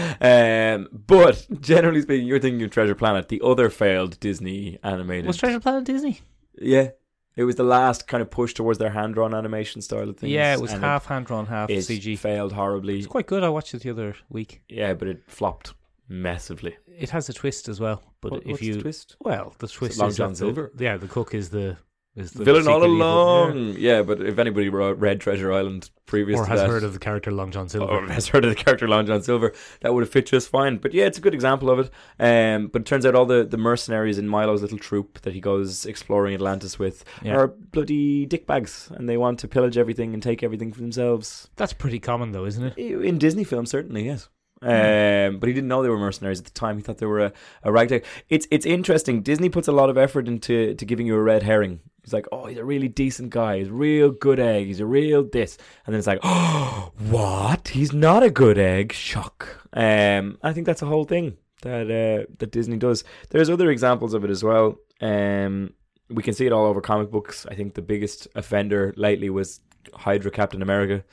Um, but generally speaking, you're thinking of Treasure Planet, the other failed Disney animated.
Was Treasure Planet Disney?
yeah, it was the last kind of push towards their hand-drawn animation style of things.
Yeah, it was
and
half hand drawn, half
it
CG.
failed horribly.
It's quite good. I watched it the other week.
Yeah, but it flopped massively.
It has a twist as well. But
What-
if
what's the
you
twist?
well, the twist
Long
is
John
that
Silver?
The, yeah, the cook is the is the
villain all
secret evil-
along.
yeah.
Yeah. but if anybody ro- read Treasure Island previous
or
to
has
that,
heard of the character Long John Silver.
or has heard of the character Long John Silver, that would have fit just fine. But yeah, it's a good example of it. Um, but it turns out all the, the mercenaries in Milo's little troop that he goes exploring Atlantis with
Yeah.
are bloody dickbags, and they want to pillage everything and take everything for themselves.
That's pretty common though, isn't it?
In Disney films, certainly, yes. Um, but he didn't know they were mercenaries at the time. He thought they were a, a ragtag. It's it's interesting. Disney puts a lot of effort into to giving you a red herring. He's like, oh, he's a really decent guy. He's a real good egg. He's a real this. And then it's like, oh, what? He's not a good egg. Shock. Um, I think that's a whole thing that uh, that Disney does. There's other examples of it as well. Um, we can see it all over comic books. I think the biggest offender lately was Hydra Captain America.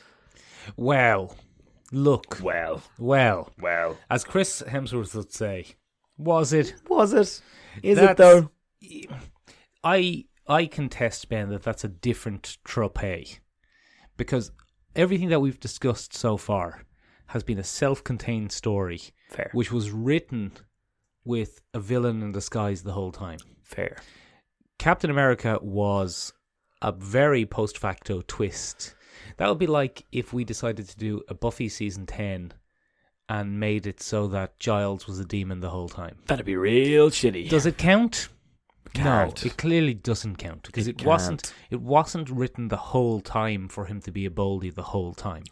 Well, look,
Well,
well,
well.
as Chris Hemsworth would say, was it?
Was it? Is
That's-
it though?
I I contest Ben that that's a different trope because everything that we've discussed so far has been a self-contained story,
Fair.
which was written with a villain in disguise the whole time.
Fair.
Captain America was a very post facto twist. That would be like if we decided to do a Buffy season 10 and made it so that Giles was a demon the whole time.
That'd be real shitty.
Does it count?
Can't.
No, it clearly doesn't count because
It
it, wasn't it wasn't written the whole time for him to be a boldy the whole time.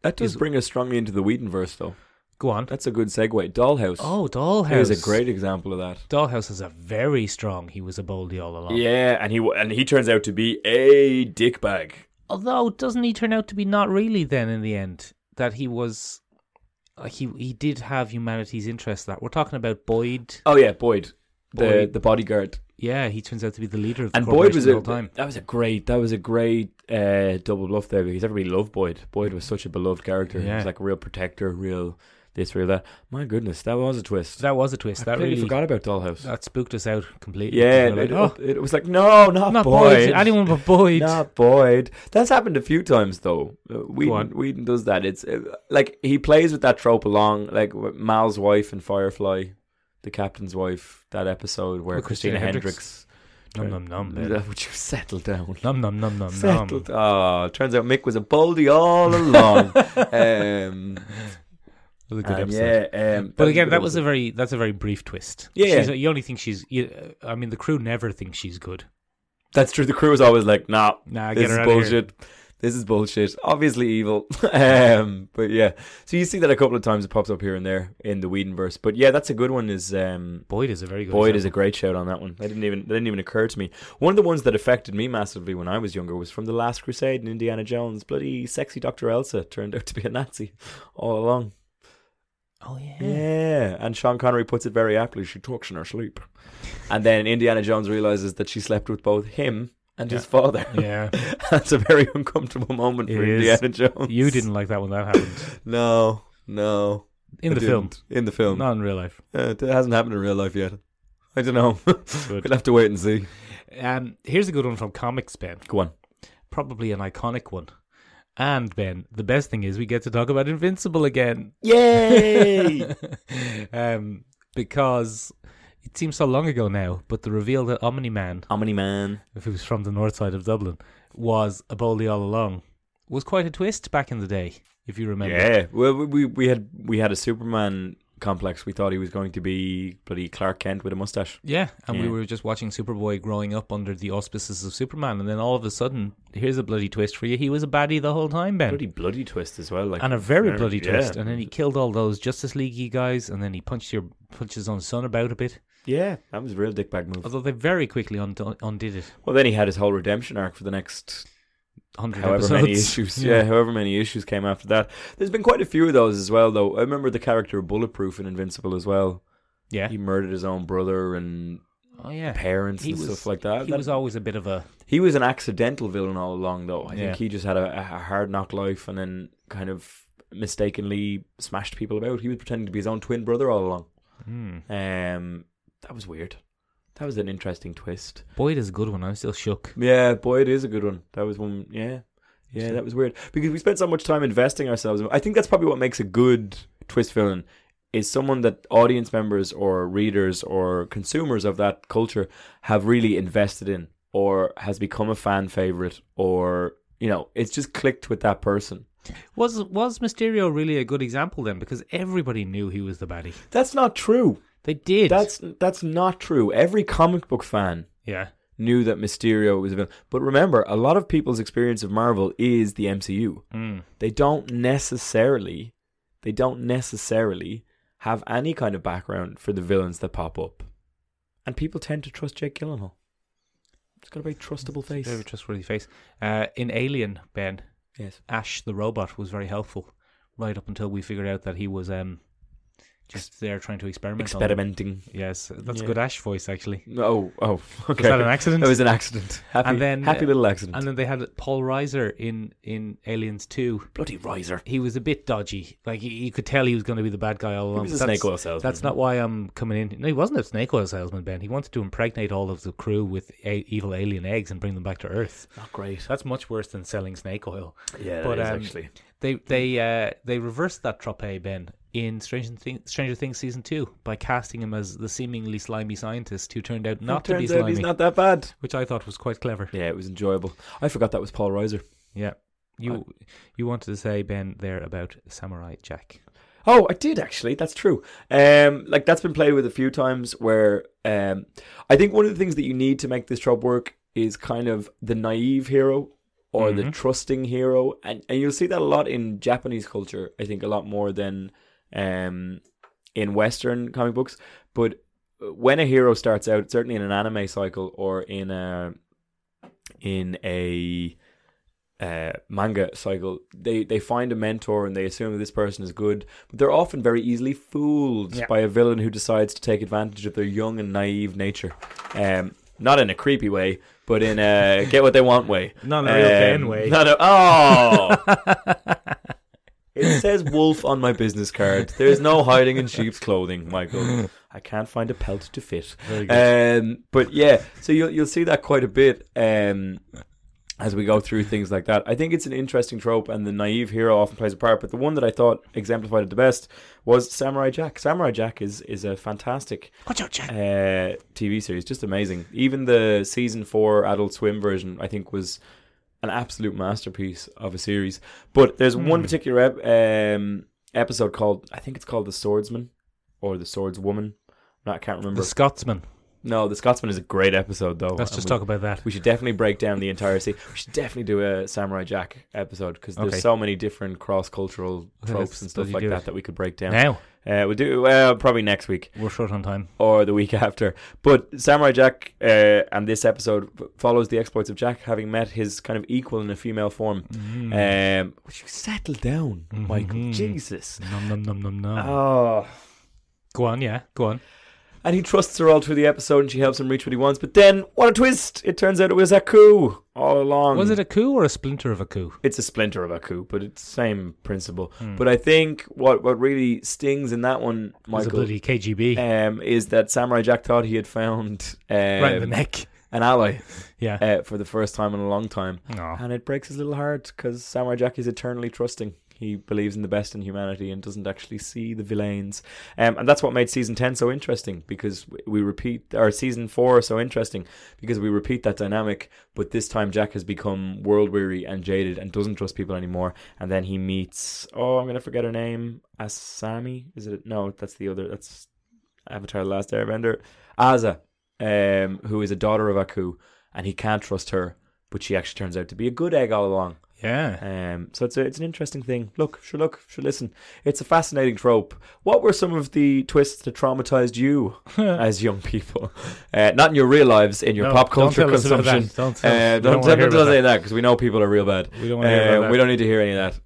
that does
is-
bring us strongly into the Whedonverse though.
Go on.
That's a good segue. Dollhouse.
Oh, Dollhouse.
Here's a great example of that.
Dollhouse is a very strong. He was a boldy all along.
Yeah, and he w- and he turns out to be a dickbag.
Although, doesn't he turn out to be not really then in the end that he was? uh, He he did have humanity's interest. That we're talking about Boyd.
Oh yeah, Boyd, the
Boyd.
the bodyguard.
Yeah, he turns out to be the leader of the
And Boyd was
the
a
whole time.
that was a great that was a great uh, double bluff there because everybody loved Boyd. Boyd was such a beloved character. He
Yeah.
was like a real protector, real this, real that. My goodness, that was a twist.
That was a twist.
I
that
completely
really
forgot about Dollhouse.
that spooked us out completely.
Yeah,
We were like,
it,
oh,
it was like no, not,
not
Boyd.
Boyd. Anyone but Boyd.
Not Boyd. That's happened a few times though. Uh,
on.
Whedon, Whedon does that. It's uh, like he plays with that trope along, like with Mal's wife in Firefly, the captain's wife. That episode where
With
Christina,
Christina
Hendricks.
Nom nom nom. Ben.
Would you settle down?
Nom nom nom nom
Settled.
nom.
Oh, turns out Mick was a baldy all along. um,
That was a good
and
episode.
yeah, um,
But again,
a good
that was a
episode.
very that's a very brief twist.
Yeah,
She's-
yeah.
you only think she's. You, uh, I mean, the crew never thinks she's good.
That's true. The crew was always like, "Nah,
Nah,
this
get her
is
out of here.
bullshit. this is bullshit. Obviously evil. um, but yeah, so you see that a couple of times. It pops up here and there in the Whedonverse. But yeah, that's a good one. Is um,
Boyd is a very good.
Boyd is a
example.
great shout on that one. That didn't even that didn't even occur to me. One of the ones that affected me massively when I was younger was from the Last Crusade and Indiana Jones. Bloody sexy Doctor Elsa turned out to be a Nazi all along.
Oh yeah.
Yeah, and Sean Connery puts it very aptly. She talks in her sleep, and then Indiana Jones realizes that she slept with both him and his father.
Yeah.
That's a very uncomfortable moment
It
for
is.
Indiana Jones.
You didn't like that when that happened
No, no.
in
I
the film,
didn't. In the film.
not in real life.
Uh, it hasn't happened in real life yet. I don't know.
Good.
We'll have to wait and see.
Um, here's a good one from Comics Ben,
Go on.
probably an iconic one. And Ben, the best thing is we get to talk about Invincible again.
Yay!
um, because it seems so long ago now, but the reveal that Omni Man,
Omni Man.
who was from the north side of Dublin, was a Boldy all along, was quite a twist back in the day, if you remember.
Yeah. Well, we, we we had we had a Superman complex. We thought he was going to be bloody Clark Kent with a mustache.
Yeah, and we
Yeah.
were just watching Superboy growing up under the auspices of Superman, and then all of a sudden, here's a bloody twist for you. He was a baddie the whole time, Ben.
Bloody bloody twist as well. Like
and a very
very-
bloody
yeah.
twist. And then he killed all those Justice Leaguey guys, and then he punched your punched his own son about a bit.
yeah, that was a real dickbag move.
Although they very quickly undo- undid it.
Well, then he had his whole redemption arc for the next
Hundred
however
episodes.
many issues. Yeah. however many issues came after that. There's been quite a few of those as well, though. I remember the character Bulletproof in Invincible as well.
yeah,
He murdered his own brother and
oh yeah.
parents
He
and
was-
stuff like that.
He
That-
was always a bit of a
He was an accidental villain all along, though. I
Yeah.
think he just had a, a hard knock life and then kind of mistakenly smashed people about. He was pretending to be his own twin brother all along.
hmm.
Um, that was weird. That was an interesting twist.
Boyd is a good one. I'm still shook.
Yeah, boy, it is a good one. That was one. Yeah, yeah, that was weird because we spent so much time investing ourselves. in- I think that's probably what makes a good twist villain is someone that audience members or readers or consumers of that culture have really invested in or has become a fan favorite or you know it's just clicked with that person.
Was was Mysterio really a good example then? Because everybody knew he was the baddie.
That's not true.
They did.
That's that's not true. Every comic book fan
yeah.
knew that Mysterio was a villain. But remember, a lot of people's experience of Marvel is the MCU.
Mm.
they don't necessarily they don't necessarily have any kind of background for the villains that pop up. And people tend to trust Jake Gyllenhaal. He's got a very trustable face.
Very trustworthy face. Uh, in Alien, Ben
Yes.
Ash the robot was very helpful, right up until we figured out that he was um, just there trying to experiment. on them.
Experimenting.
Yes, that's a
Yeah.
good Ash voice actually.
Oh, oh, okay.
that an accident?
That was an accident. Happy,
And then,
happy
uh,
little accident.
And then they had Paul Reiser in in Aliens Two.
Bloody riser.
He was a bit dodgy. Like you, you could tell he was going to be the bad guy all along.
was
but
a
that's-
snake oil salesman.
That's not why I'm coming in. No, he wasn't a snake oil salesman, Ben. He wanted to impregnate all of the crew with a- evil alien eggs and bring them back to Earth.
Not great.
That's much worse than selling snake oil.
Yeah,
But,
that is
um,
actually.
They they uh, they reversed that trope, Ben, in Stranger, Thing- Stranger Things season two by casting him as the seemingly slimy scientist who turned out not to be
turns out
slimy,
he's not that bad.
which I thought was quite clever.
Yeah, it was enjoyable. I forgot that was Paul Reiser.
Yeah. You you wanted to say Ben there about Samurai Jack.
Oh, I did actually. That's true. Um, like that's been played with a few times. Where um, I think one of the things that you need to make this trope work is kind of the naive hero or the trusting hero, and and you'll see that a lot in Japanese culture. I think a lot more than um, in Western comic books. But when a hero starts out, certainly in an anime cycle or in a in a uh, manga cycle, they they find a mentor and they assume that this person is good, but they're often very easily fooled
Yeah.
by a villain who decides to take advantage of their young and naive nature. Um, not in a creepy way, but in a get what they want way.
Not in a real
Um,
Ken way.
Not a, oh. It says wolf on my business card. There's no hiding in sheep's clothing, Michael. I can't find a pelt to fit.
Very good.
Um, but yeah, so you'll you'll see that quite a bit um, as we go through things like that. I think it's an interesting trope, and the naive hero often plays a part. But the one that I thought exemplified it the best was Samurai Jack. Samurai Jack is is a fantastic
Watch out, Jack.
uh, TV series, just amazing. Even the season four Adult Swim version, I think, was an absolute masterpiece of a series. But there's
Hmm.
one particular ep- um, episode called, I think it's called The Swordsman or The Swordswoman. No, I can't remember.
The Scotsman.
No, The Scotsman is a great episode, though.
Let's
and
just
we,
talk about that.
We should definitely break down the entire sea. We should definitely do a Samurai Jack episode because there's
Okay.
so many different cross-cultural
Okay,
tropes
let's
and stuff
bloody
like
do
that
it.
that we could break down.
Now
Uh, we'll do uh, probably next week.
we're short on time.
or the week after. But Samurai Jack uh, and this episode f- follows the exploits of Jack having met his kind of equal in a female form.
Mm.
Um, would you settle down, Michael?
Mhm.
Jesus.
Nom nom nom nom nom.
Oh.
go on, yeah, go on.
And he trusts her all through the episode and she helps him reach what he wants. But then, what a twist! It turns out it was a coup all along.
Was it a coup or a splinter of a coup?
it's a splinter of a coup, but it's the same principle. But I think what, what really stings in that
It was
one,
Hmm. a
Michael,
bloody KGB
um, is that Samurai Jack thought he had found um,
right in the neck.
an ally.
Yeah.
uh, for the first time in a long time.
Aw.
And it breaks his little heart because Samurai Jack is eternally trusting. He believes in the best in humanity and doesn't actually see the villains. Um, and that's what made season 10 so interesting because we- we repeat, or season 4 so interesting because we repeat that dynamic. But this time Jack has become world weary and jaded and doesn't trust people anymore. And then he meets, oh, I'm going to forget her name. Asami? Is it? No, that's the other. That's Avatar The Last Airbender. Aza, um, who is a daughter of Aku, and he can't trust her, but she actually turns out to be a good egg all along.
Yeah.
Um, so it's a, it's an interesting thing. Look, sure, look, sure, listen. It's a fascinating trope. What were some of the twists that traumatized you as young people? Uh, not in your real lives, in your
No,
pop
don't
culture
tell us about
consumption.
that. Don't tell us-
Uh,
we
don't
don't wanna
tell
hear
don't
about
say that because we know people are real bad.
We don't wanna hear about
Uh,
that.
We don't need to hear any of that.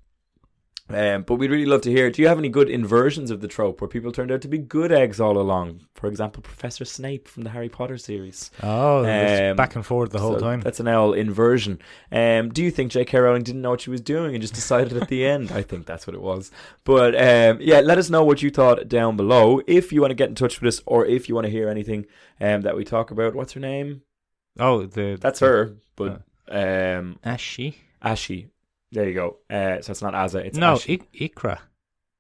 Um, but we'd really love to hear. Do you have any good inversions of the trope where people turned out to be good eggs all along? For example, Professor Snape from the Harry Potter series.
Oh, it's
Um,
back and forward the whole
So
time.
That's an L inversion. Um, do you think J.K. Rowling didn't know what she was doing and just decided at the end? I think that's what it was. But um, yeah, let us know what you thought down below. If you want to get in touch with us or if you want to hear anything um, that we talk about, what's her name?
Oh, the
That's her, but
Uh.
um,
Ashi.
Ashi. There you go. Uh, so it's not Azza. It's
No,
Ashi.
I- Ikra.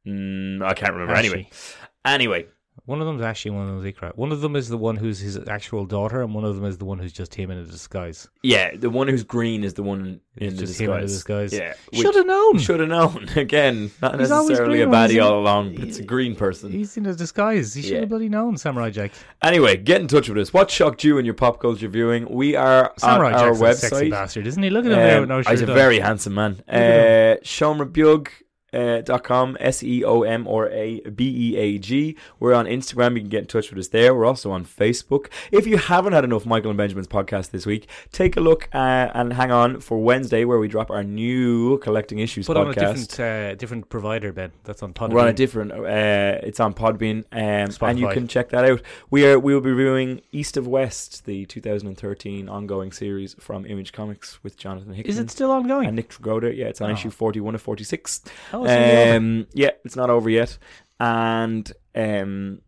Mm, I can't remember. Anyway,
Ashi.
anyway,
One of them's actually one of them's Ikra. One of them is the one who's his actual daughter, and one of them is the one who's just him in a disguise.
yeah, the one who's green is the one in
It's
the
just
disguise.
him in the disguise.
Yeah,
Should have known.
Should have known. Again, not
He's always
necessarily a
green when he's
baddie
in-
all along. But it's a green person.
He's in a disguise. He should
Yeah.
have bloody known, Samurai Jack.
Anyway, get in touch with us. What shocked you in your pop culture viewing? We are
Samurai
on our
Jack's a sexy
website.
bastard, isn't he? Look at him there
Um,
with no shirt
he's a
on.
very handsome man. Uh, Sean Rebug. Uh, dot com s e o m r a b e a g. We're on Instagram. You can get in touch with us there. We're also on Facebook. If you haven't had enough Michael and Benjamin's podcast this week, take a look uh, and hang on for Wednesday where we drop our new collecting issues
Put
podcast.
on a different, uh, different provider, Ben. That's on Podbean.
We're on a different. Uh, it's on Podbean, um, and you
Spotify.
can check that out. We are we will be reviewing East of West, the 2013 ongoing series from Image Comics with Jonathan Hickman.
Is it still ongoing?
and Nick Tragoda? Yeah, it's on
Oh.
issue 41 of 46.
Oh, it's really over.
Um, yeah, it's not over yet, and um,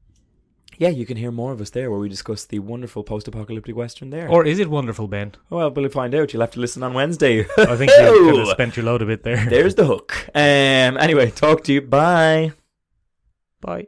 yeah, you can hear more of us there, where we discuss the wonderful post-apocalyptic western there.
or is it wonderful, Ben?
well, we'll find out. You'll have to listen on Wednesday.
I think you could have spent your load a bit there.
There's the hook. Um, anyway, talk to you. Bye.
Bye.